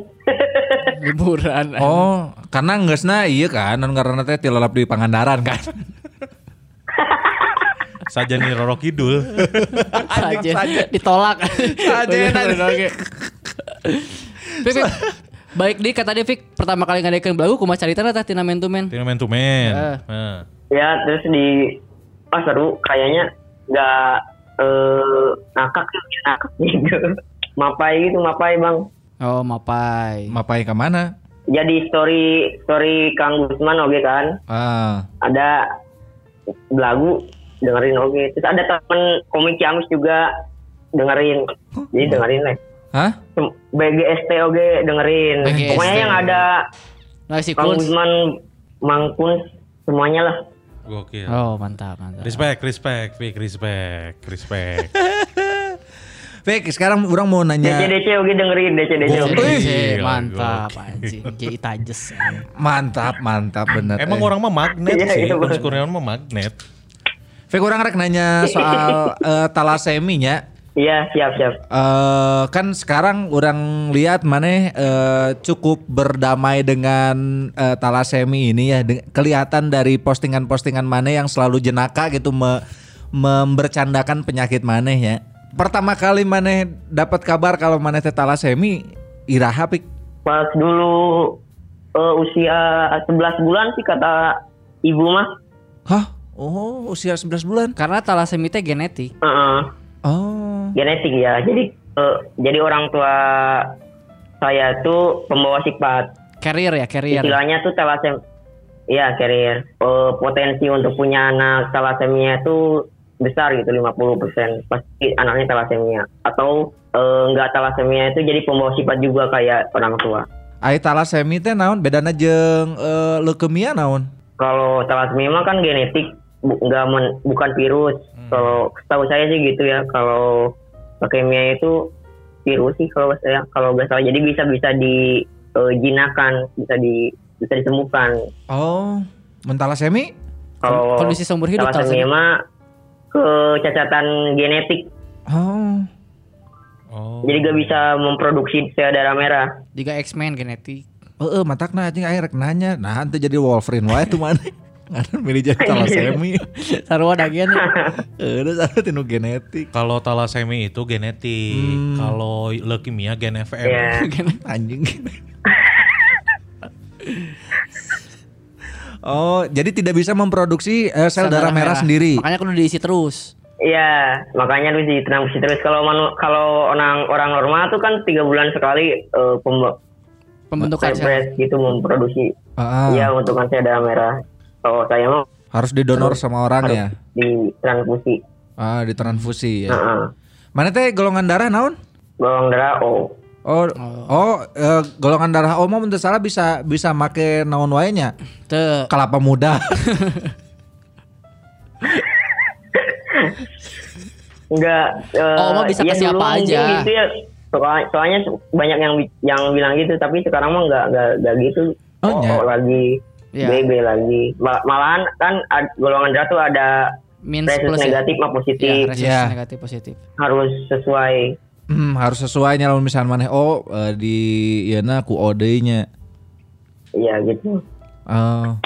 liburan.
Oh, karena ngesna iya kan, non karena teh tilalap di Pangandaran kan.
Sajani Roro Kidul.
Apa aja ditolak. Ah, Bener-bener, oke. Fik, Fik, Baik di kata dia Fik pertama kali ngadekeun belagu kumaha carita tah tina man to man.
Tina man to man.
Eh.
Nah.
ya terus di pas seru kayaknya nggak eh, ngakak sih, ngakak gitu. Mapai gitu, mapai bang.
Oh mapai.
Mapai ke mana?
Jadi story story Kang Gusman oke kan?
Ah,
ada lagu dengerin oke terus ada temen komik Ciamis juga dengerin jadi dengerin lah
hah?
Sem- BGST oke dengerin
BGST.
pokoknya yang ada
Nah si
Kang
Kuns.
Gusman Mangkun semuanya lah
Gokil.
Oh
Ah.
mantap mantap.
Respect, respect, Fik, respect, respect.
Fik, sekarang orang mau nanya.
DC DC oke dengerin DC DC
Oke,
oke
oke,
Gokil,
Iya, mantap
gokil.
anjing. Kayak tajes.
Mantap, mantap bener.
Emang
Eh.
orang mah magnet
Iya,
sih,
iya,
Kurniawan
bener.
mah magnet.
Fik orang rek nanya soal eh, talaseminya.
iya siap siap
Eh kan sekarang orang lihat mana eh, cukup berdamai dengan eh, talasemi ini ya. De- kelihatan dari postingan-postingan mana yang selalu jenaka gitu me- membercandakan penyakit mana ya. Pertama kali mana dapat kabar kalau mana teh talasemi iraha pik.
pas dulu eh, usia 11 bulan sih kata ibu mah
Hah? Oh, usia 11 bulan.
Karena talasemi teh genetik.
Heeh.
Oh.
eh, genetik ya jadi eh, jadi orang tua saya tuh pembawa sifat
Carrier ya, carrier.
istilahnya tuh talasem ya carrier Eh, potensi untuk punya anak talasemia itu besar gitu 50% pasti anaknya talasemia atau eh, enggak talasemia itu jadi pembawa sifat juga kayak orang tua
Ai talasemi teh naon bedana jeung eh, leukemia naon?
kalau talasemia mah kan genetik bu- enggak men- bukan virus
Hmm.
kalau setahu saya sih gitu ya kalau leukemia itu virus sih kalau saya kalau nggak salah jadi bisa bisa eh, dijinakan bisa di bisa disembuhkan
Oh, mentalasemi?
Kalau
Kondisi seumur hidup talasemia.
talasemia mah kecacatan genetik.
Hmm.
Oh.
Oh.
Jadi gak bisa memproduksi sel darah merah.
Jika X-Men genetik.
Heeh, matakna anjing aing rek nanya. Nah, henteu jadi Wolverine wae tuh mana. Ngaran milih jadi talasemi.
Sarua dagian.
Heeh, sarua tinu genetik.
Kalau talasemi itu genetik, kalau leukemia gen FM.
Hmm. Iya.
anjing. Oh, jadi tidak bisa memproduksi eh, sel, darah, merah, sendiri.
Makanya kudu diisi terus.
Iya, makanya lu ditransfusi terus. Kalau manu- kalau orang orang normal tuh kan tiga bulan sekali eh, pembe-
Pembentukan
sel press gitu memproduksi.
Ah.
Iya, untuk kan saya darah merah. Kalau saya mau
Harus didonor sama orang ya.
ditransfusi.
Ah, ditransfusi ya.
Heeh.
Mana teh golongan darah naon?
Golongan Ah, darah O.
Oh, oh, eh, golongan darah O mah mun teu salah bisa bisa make naon wae nya.
Teu.
Kelapa muda.
Enggak. eh,
Oh, mah bisa ke
iya,
siapa
dulu mungkin
aja.
Gitu ya. Soalnya, soalnya banyak yang bi- yang bilang gitu, tapi sekarang mah nggak nggak nggak gitu.
Oh,
O lagi,
Iya.
BB lagi. Mal- Malahan kan ad- golongan darah tuh ada
Min
resus
plus ya.
negatif sama
Iya,
positif.
resus
Iya.
negatif positif.
Harus sesuai.
Hmm, harus sesuainya lamun misalnya maneh oh eh, di ieu nah, ku O deui nya.
Iya gitu.
Oh.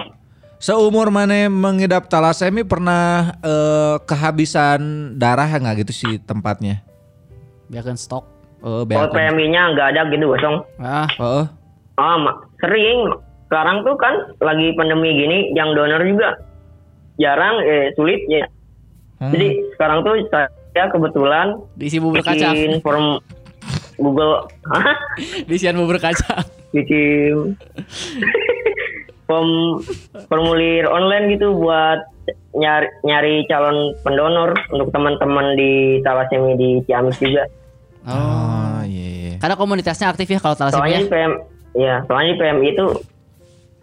Seumur maneh mengidap talasemi pernah eh, kehabisan darah nggak gitu sih tempatnya?
Biarkan stok.
Oh,
Kalau PMI-nya nggak ada gitu kosong.
Ah,
Heeh.
Ah, ma- sering. Sekarang tuh kan lagi pandemi gini, yang donor juga jarang, eh, sulit ya. Jadi sekarang tuh saya kebetulan
diisi Hmm. bubur
bikin
kacang.
form Google, Hah?
Diisian bubur kacang.
bikin form formulir online gitu buat nyari nyari calon pendonor untuk teman-teman di Talasemi di Ciamis juga.
Oh.
Ah, iya iya.
Karena komunitasnya aktif ya kalau
soalnya di
talasemia.
PM ya soalnya di PMI itu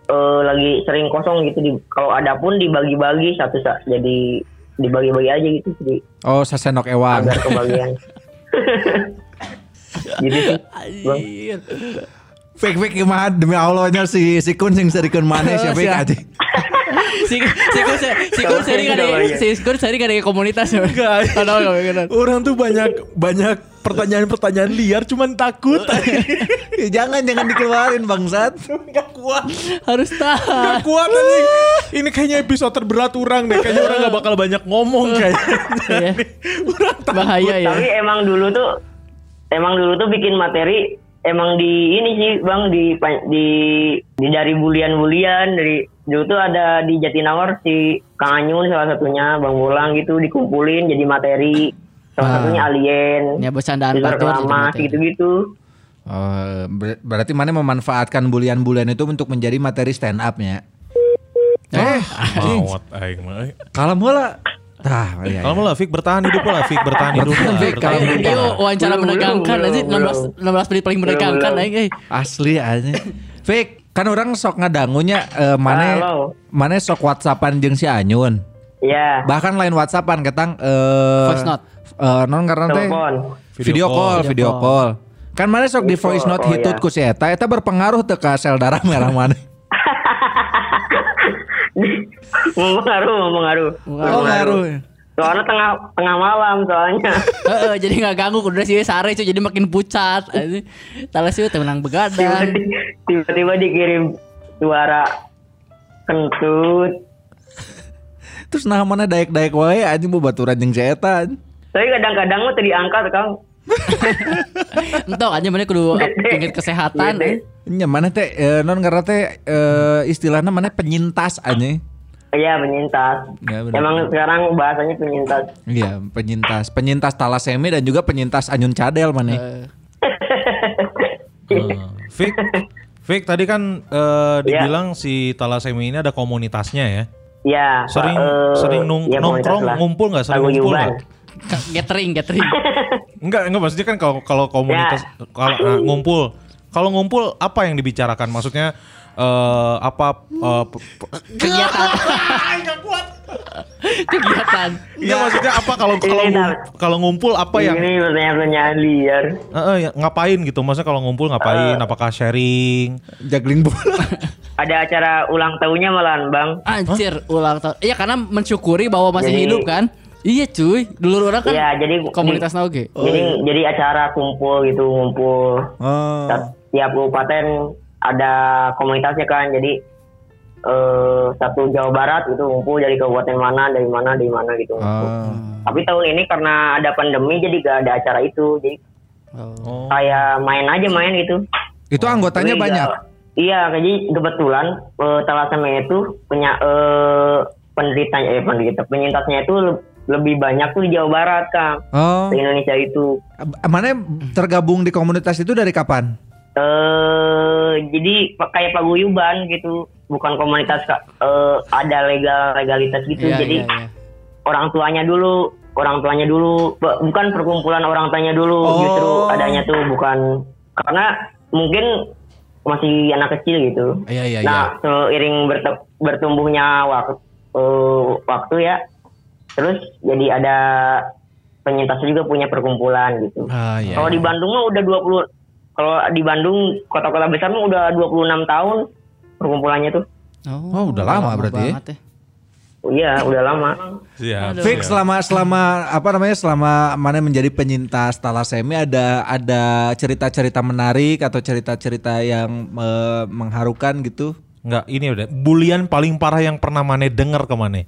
eh, lagi sering kosong gitu di kalau ada pun dibagi-bagi satu sa- jadi dibagi-bagi aja gitu jadi
Oh, sasenok ewang.
agar kebagian gitu sih Bang.
Iya.
Fake fake gimana demi Allahnya si si kun sing serikeun maneh siapa
Siap.
aja.
Si si Kun si Kun sering ada si Kun sering ada komunitas. Enggak. Tahu enggak?
Orang tuh banyak banyak pertanyaan-pertanyaan liar cuman takut.
Ya, jangan jangan dikeluarin bangsat.
Gak kuat.
Harus
Gak
tahan.
kuat anjing. Ini kayaknya episode terberat orang deh. Kayaknya orang gak bakal banyak ngomong kayaknya.
Iya.
orang takut.
Bahaya ya.
tapi emang dulu tuh emang dulu tuh bikin materi emang di ini sih bang di pan- di, di dari bulian-bulian dari dulu tuh ada di Jatinangor si Kang Anyun salah satunya Bang Bolang gitu dikumpulin jadi materi salah satunya alien
Ah. Ya bercandaan
Besar
batu jadi
kelamas
materi.
gitu-gitu.
Oh, ber- berarti mana memanfaatkan bulian-bulian itu untuk menjadi materi stand up-nya. Eh,
Mawat Ah, aing mah. eh.
Iya.
kalem heula. Tah, iya,
Kalau mau Fik bertahan hidup lah, Fik bertahan hidup
Bertahan,
lah.
Fik,
bertahan
kalau-
hidup
Ini
lah.
wawancara
Belum,
menegangkan
belum,
aja 16 16 menit paling menegangkan
belum.
aing. eh.
iya. Asli aja. Fik, kan orang sok ngadangunya eh, mana
Halo.
mana sok WhatsAppan jeung si Anyun.
Ya,
Bahkan lain WhatsAppan ketang eh
Voice note.
eh, non karena teh
telepon.
video,
Video
call,
call.
video call. Kan mana sok di
Video
voice note
call, oh,
hitut
iya.
ku si eta, eta berpengaruh teu ka sel darah merah mana.
Mempengaruh, mempengaruh.
Oh,
Soalnya tengah tengah malam soalnya.
Heeh, jadi nggak ganggu kudu sih sare cuy jadi makin pucat. Anjing. Talasemia teh menang begadang.
Tiba-tiba- Tiba-tiba dikirim suara kentut.
Terus nah mana daek-daek wae anjing bebaturan jeung si eta.
Tapi kadang-kadang mah tadi angkat kang.
Entok aja mana kudu ingat Oh,
Gitu.
kesehatan. eh.
Nya mana teh eh, non karena teh eh, istilahna mana penyintas anjing.
Iya penyintas.
Ya, benar.
Emang sekarang bahasanya penyintas.
Iya, penyintas, penyintas talasemi dan juga penyintas anyun cadel mana.
Eh,
Eh, Fik, Fik tadi kan eh,
Iya.
dibilang si talasemi ini ada komunitasnya ya.
Ya.
Sering
eh,
sering nung-
ya, komunitas
nongkrong
lah.
ngumpul nggak? Sering
Paguyuban.
ngumpul nggak?
ka- Gathering, gathering.
Enggak, enggak maksudnya kan kalau kalau komunitas
Ya.
kalau nah, ngumpul, kalau ngumpul apa yang dibicarakan? Maksudnya eh apa eh, p- p-
Kegiatan kegiatan.
Iya maksudnya apa kalau
Ini
kalau
dah.
ngum- kalau ngumpul apa yang
Ini pertanyaan-pertanyaan liar.
Eh, eh, ya, ngapain gitu? Maksudnya kalau ngumpul
Eh.
ngapain? Apakah sharing?
Juggling bola.
Ada acara ulang tahunnya malahan bang.
Anjir, ulang tahun. Iya karena mensyukuri bahwa masih
Jadi-
hidup kan? Iya cuy, dulu orang kan
Iya, jadi
komunitas
di-
nauge.
Jadi
Oh.
jadi acara kumpul gitu ngumpul. Setiap- Setiap kabupaten ada komunitasnya kan. Jadi eh, satu Jawa Barat itu ngumpul dari kabupaten mana dari mana dari mana gitu. ngumpul.
Ah.
Tapi tahun ini karena ada pandemi jadi gak ada acara itu. Jadi
Oh,
kayak main aja main gitu.
Itu anggotanya
Tapi
Oh. banyak.
nggak- Iya, jadi kebetulan eh, talasemia itu punya eh, penderitanya eh penderita penyintasnya itu le- lebih banyak tuh di Jawa Barat, Kang.
Oh.
Di Indonesia itu.
Mana tergabung di komunitas itu dari kapan?
Eh jadi pa- kayak paguyuban gitu, bukan komunitas Kak. Eh, ada legal legalitas gitu.
Iya,
jadi
iya, iya.
orang tuanya dulu, orang tuanya dulu, Bu- bukan perkumpulan orang tuanya dulu
Oh.
justru adanya tuh bukan karena mungkin masih anak kecil gitu.
Iya iya iya.
Nah, seiring berte- bertumbuhnya waktu waktu ya, terus jadi ada penyintas juga punya perkumpulan gitu.
Ah, iya,
kalau
iya.
di Bandung mah udah 20 kalau di Bandung kota-kota besar mah udah 26 tahun perkumpulannya tuh.
Oh, udah lama, berarti. ya.
Iya, udah lama.
Siap.
Fix selama selama apa namanya selama mana menjadi penyintas talasemi ada ada cerita-cerita menarik atau cerita-cerita yang eh, mengharukan gitu.
Enggak, ini udah bulian paling parah yang pernah Mane denger ke Mane.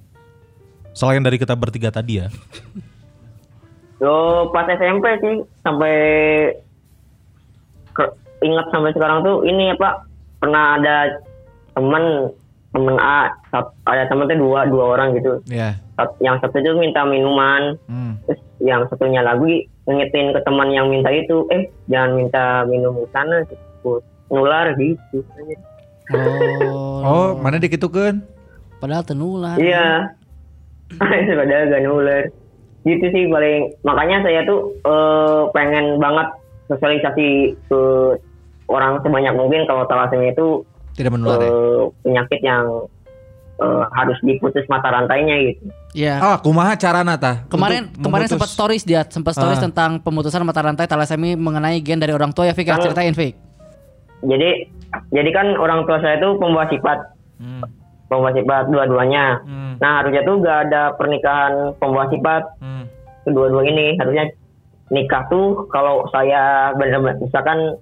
Selain dari kita bertiga tadi ya.
Yo, pas SMP sih sampai ke, ingat sampai sekarang tuh ini apa pernah ada temen temen A sat- ada temen tuh dua dua orang gitu
Ya.
Sat- yang satu itu minta minuman
Hmm.
terus yang satunya lagi ngingetin ke teman yang minta itu eh jangan minta minum di sana gitu. nular gitu
Oh, mana dikitukeun?
Padahal tenular.
Iya. Padahal gak nular. Gitu sih paling makanya saya tuh eh, pengen banget sosialisasi ke orang sebanyak mungkin kalau talasemia itu
Tidak menular ya.
eh, penyakit yang eh, harus diputus mata rantainya gitu.
Iya.
Ah, kumaha carana tah?
Kemarin
Untuk
kemarin
memutus-
sempat stories dia, sempat stories
Ah.
tentang pemutusan mata rantai talasemi mengenai gen dari orang tua ya Fik, ya.
Kan-
ceritain Fik.
Jadi jadi kan orang tua saya tuh pembawa sifat. Pembawa sifat dua-duanya. Nah, harusnya tuh gak ada pernikahan pembawa sifat kedua-dua ini harusnya nikah tuh kalau saya benar-benar misalkan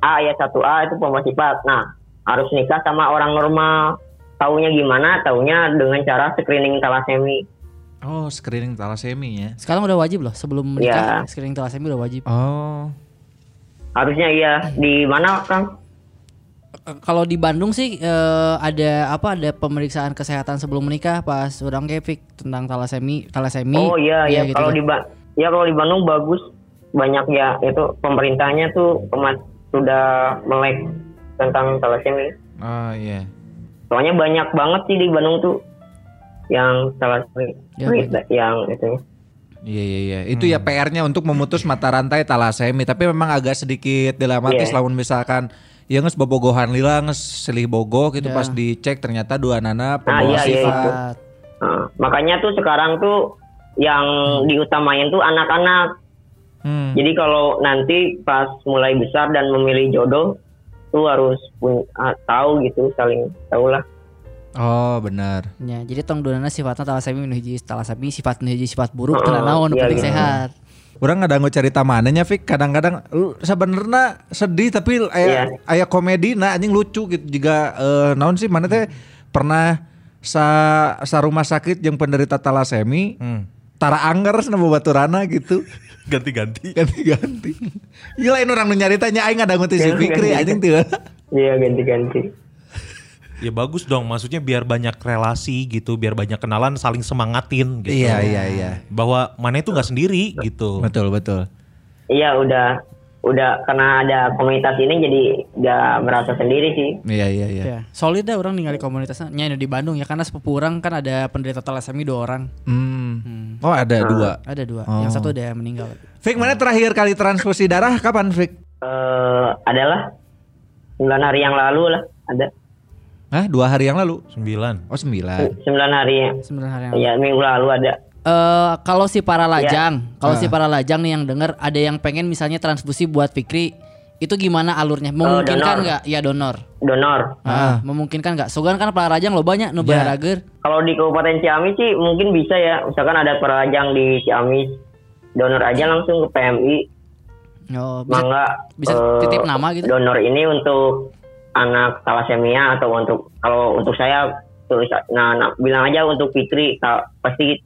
A ya satu A itu pembawa sifat. Nah harus nikah sama orang normal. Taunya gimana? Taunya dengan cara screening talasemi.
Oh, screening talasemi ya.
Sekarang udah wajib loh sebelum menikah
Iya.
screening talasemi udah wajib.
Oh.
Harusnya iya di mana kang?
Eh, Kalau di Bandung sih eh, ada apa ada pemeriksaan kesehatan sebelum menikah pas orang kayak Fik tentang talasemi, talasemi.
Oh iya
Iya,
iya
gitu
kalau
kan.
di ba ya kalau di Bandung bagus banyak ya itu pemerintahnya tuh kema- sudah melek tentang talasemi.
Ah, iya.
Soalnya banyak banget sih di Bandung tuh yang talasemi
Ya,
yang itu.
Iya iya iya. Itu ya PR-nya untuk memutus mata rantai talasemi, tapi memang agak sedikit dilematis
Iya.
lawan misalkan ya nges bobogohan lila nges selih bogo gitu
Ya.
pas dicek ternyata dua nana
Ah,
pembawa
iya, iya,
sifat.
itu. Nah, makanya tuh sekarang tuh yang diutamain tuh anak-anak.
Hmm.
Jadi kalau nanti pas mulai besar dan memilih jodoh tuh harus pun- ah, tahu gitu saling tahu lah.
Oh, benar.
Ya, jadi tong donana sifatnya talasemi nu hiji talasemi sifat nu hiji sifat buruk
Heeh,
kena naon nu
iya,
penting
iya.
sehat.
Orang nggak nganggo cerita mananya Fik kadang-kadang lu sebenarnya sedih tapi aya aya komedi nah anjing lucu gitu jika eh, naon sih mana teh pernah sa sa rumah sakit yang penderita talasemi
Hmm.
tara anger sana baturana gitu
Ganti-ganti.
ganti-ganti gila ini orang nu nyaritanya aing ada ngutin si
Iya,
Fikri
ganti-ganti.
anjing tuh
Iya ganti-ganti.
Ya bagus dong, maksudnya biar banyak relasi gitu, biar banyak kenalan saling semangatin gitu.
iya iya iya
Bahwa Mane itu nggak sendiri gitu.
betul betul
Iya udah udah karena ada komunitas ini jadi gak merasa sendiri sih.
iya iya iya
Ya. Solid dah orang ningali komunitasnya nya di Bandung ya karena sepupu orang kan ada penderita talasemi dua orang.
hmm. oh ada dua
Ada dua,
Oh.
yang satu ada yang meninggal.
Fik mana terakhir kali transfusi darah kapan Fik
Eh adalah bulan hari yang lalu lah ada.
Hah, dua hari yang lalu?
Sembilan.
Oh sembilan.
Sembilan hari ya.
Sembilan hari yang
Ya minggu lalu ada.
Eh, kalau si para lajang,
Ya.
kalau si
Ah.
para lajang nih yang denger ada yang pengen misalnya transfusi buat Fikri, itu gimana alurnya? Memungkinkan
Oh, donor.
nggak? ya donor.
Donor.
Ah, memungkinkan nggak? Sogan kan para lajang lo banyak nu barager.
Kalau di Kabupaten Ciamis sih mungkin bisa ya. Misalkan ada perajang di Ciamis, donor aja langsung ke PMI.
Oh, bisa,
Mangga
bisa
eh,
titip nama gitu.
Donor ini untuk anak talasemia atau untuk kalau untuk saya tulis nah, nah, bilang aja untuk Fitri ta- pasti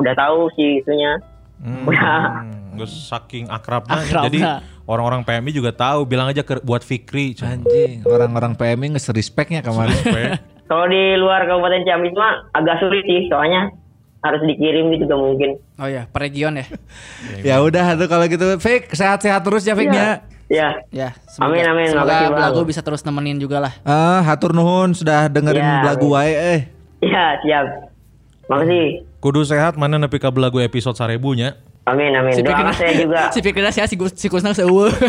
udah tahu sih itunya.
Hmm.
Udah.
Gue saking akrabnya,
Akrabnya.
jadi orang-orang PMI juga tahu. Bilang aja ke, buat Fikri.
Anjing, orang-orang PMI nges respectnya kemarin.
Kalau di luar Kabupaten Ciamis mah agak sulit sih soalnya harus dikirim gitu juga mungkin.
Oh ya, per region ya.
ya udah tuh kalau gitu, Fik sehat-sehat terus ya Fiknya.
Ya.
Ya,
Amin, amin. Makasih,
Semoga
Bang.
lagu bisa terus nemenin juga lah.
Ah, hatur nuhun sudah dengerin
Ya,
lagu wae eh.
Iya, siap. Makasih.
Kudu sehat mana nepi ke lagu episode sarebunya.
Amin amin.
Si
Doa
Fikri-
saya juga.
si Fikri sih si, Gus- si Kusna seueuh.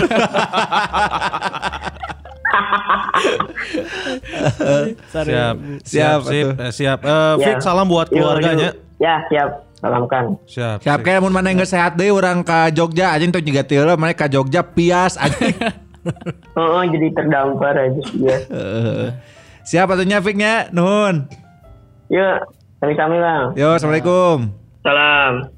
Siap, siap, siap,
Siap,
sip,
atuh.
eh, siap. Eh,
Iya.
Fik,
Ya.
salam buat
Yuk,
keluarganya.
yuk. Ya, siap. Salamkan.
Siap.
Siap kayak mun mana nggak sehat deh orang ke Jogja anjing tuh juga tieu mana ke Jogja pias anjing.
Oh, oh, jadi terdampar aja. Ya.
Eh, Siap atuhnya Fiknya, nuhun.
Yuk, sami-sami bang.
Yo, assalamualaikum.
Salam.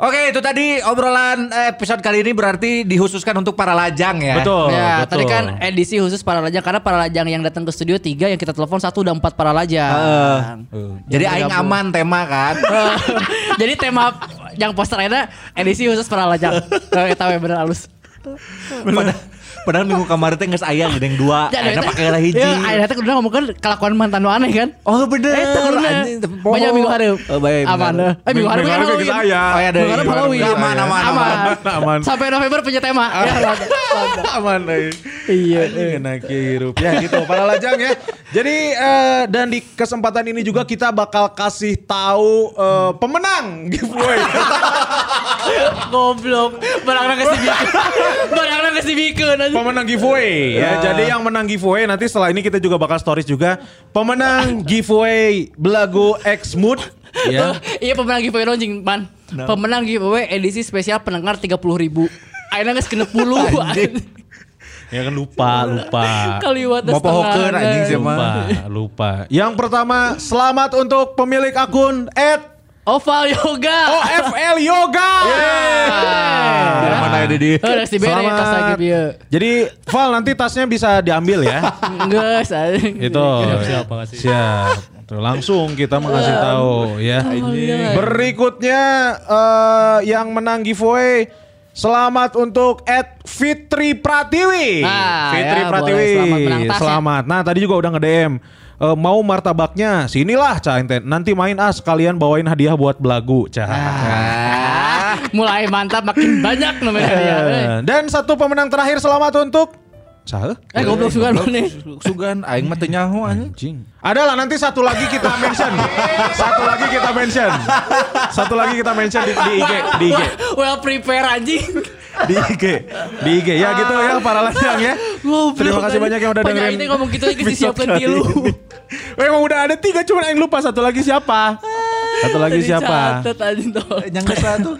Oke, itu tadi obrolan eh, episode kali ini berarti dihususkan untuk para lajang ya.
Ya, tadi kan edisi khusus para lajang karena para lajang yang datang ke studio tiga yang kita telepon satu udah empat para lajang.
Eh, Jadi aing aman tema kan.
Jadi tema yang poster ada edisi khusus para lajang. Kalau kita bener halus.
Padahal- Padahal minggu kemarin teh geus aya geuning dua, ada pakai lah hiji.
Ya, akhirnya teh udah ngomong kan kelakuan mantan lu aneh kan?
Oh bener.
Eh, teh bener.
Anjing, teh bohong.
Banyak minggu hareup.
Eh, baik,
Aman.
bener.
Eh minggu hareup
Minggu
kan
hareup
Halloween.
geus aya. Oh, ya, deh.
Minggu hareup
Minggu hareup
Halloween.
geus aya. Aman, aman,
aman.
Sampai November punya tema. Ya, mantap.
Ah. aman eh. iya enak hirup ya gitu para lajang ya jadi eh, dan di kesempatan ini juga kita bakal kasih tahu eh, pemenang giveaway
Goblok. Barangna ke Sibikeun. Barangna ke Sibikeun.
pemenang giveaway ya
Ah.
jadi yang menang giveaway nanti setelah ini kita juga bakal stories juga pemenang giveaway belagu X Mood ya
Iya pemenang giveaway dong jing man. Pemenang giveaway edisi spesial pendengar 30 ribu. Aina nggak sekena puluh.
ya kan lupa lupa
Kaliwat Mau setengah, pohokeun anjing sih, mah.
lupa lupa yang pertama selamat untuk pemilik akun at
Oval Yoga.
OFL Oh, Yoga.
Iya.
Mana ada di?
Oh, harus diberi tas lagi dia.
Jadi Val nanti tasnya bisa diambil ya.
Enggak, saya.
Itu.
Iya, Siap, siap, makasih.
Siap. Tuh, langsung kita mengasih
Iya.
tahu ya.
Anjing.
Berikutnya eh, yang menang giveaway Selamat untuk Ed Fitri Pratiwi.
Ah,
Fitri
ya,
Pratiwi.
boleh. Selamat menang tas ya.
Selamat. Nah, tadi juga udah nge-DM eh, mau martabaknya. Sinilah Cah ente. Nanti main ah sekalian bawain hadiah buat belagu, Cah.
Ah, Mulai mantap makin banyak namanya dia.
Eh, Dan satu pemenang terakhir selamat untuk Cah.
Eh goblok juga mana?
Sugan aing mah teu nyaho anjing.
Adalah nanti satu lagi kita mention. satu lagi kita mention. Satu lagi kita mention di, di IG, di IG,
Well prepare anjing.
di IG, di IG. Ya gitu ya para lajang ya.
Goblok.
Terima kasih banyak yang udah
Penyanyi
dengerin.
ini ngomong gitu lagi
episode
disiapkan
kali
tilu.
ini. Memang udah ada tiga cuman yang lupa satu lagi
Ah,
siapa? Satu lagi siapa? Eh.
Catat anjing tuh.
Yang satu.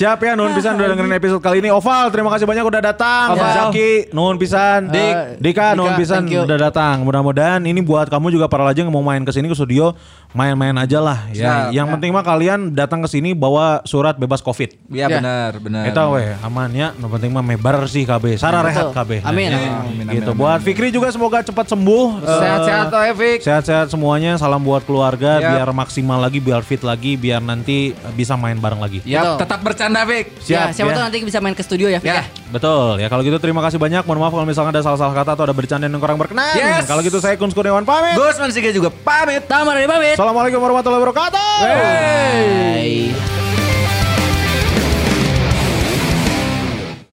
Siap ya Nuhun Pisan udah dengerin episode kali ini. Oval terima kasih banyak udah datang.
Oval. Eh,
Zaki, Nuhun Pisan. Dik, Dika,
Dika,
Nuhun Pisan
thank you.
udah datang. Mudah-mudahan ini buat kamu juga para lajang yang mau main ke sini ke studio main-main aja lah
Siap.
ya. yang penting mah kalian datang ke sini bawa surat bebas Covid.
Iya
Ya.
benar, benar.
Eta weh aman ya, yang penting mah mebar sih KB, sara rehat KB.
Betul. Amin.
Ya.
Amin,
Gitu.
amin,
Buat Fikri juga semoga cepat sembuh.
Sehat-sehat
Eh,
oh Fik.
Sehat-sehat semuanya, salam buat keluarga
Siap.
biar maksimal lagi, biar fit lagi, biar nanti bisa main bareng lagi.
Ya,
Betul.
tetap bercanda Fik.
Ya, siapa
ya.
tahu nanti bisa main ke studio ya, Fik
Ya.
ya.
Betul. Ya kalau gitu terima kasih banyak. Mohon maaf kalau misalnya ada salah-salah kata atau ada bercandaan yang kurang berkenan.
Yes.
Kalau gitu saya Kun Kurniawan pamit.
Gus Mansiga juga pamit.
Tamar dari pamit.
Assalamualaikum warahmatullahi wabarakatuh.
Bye.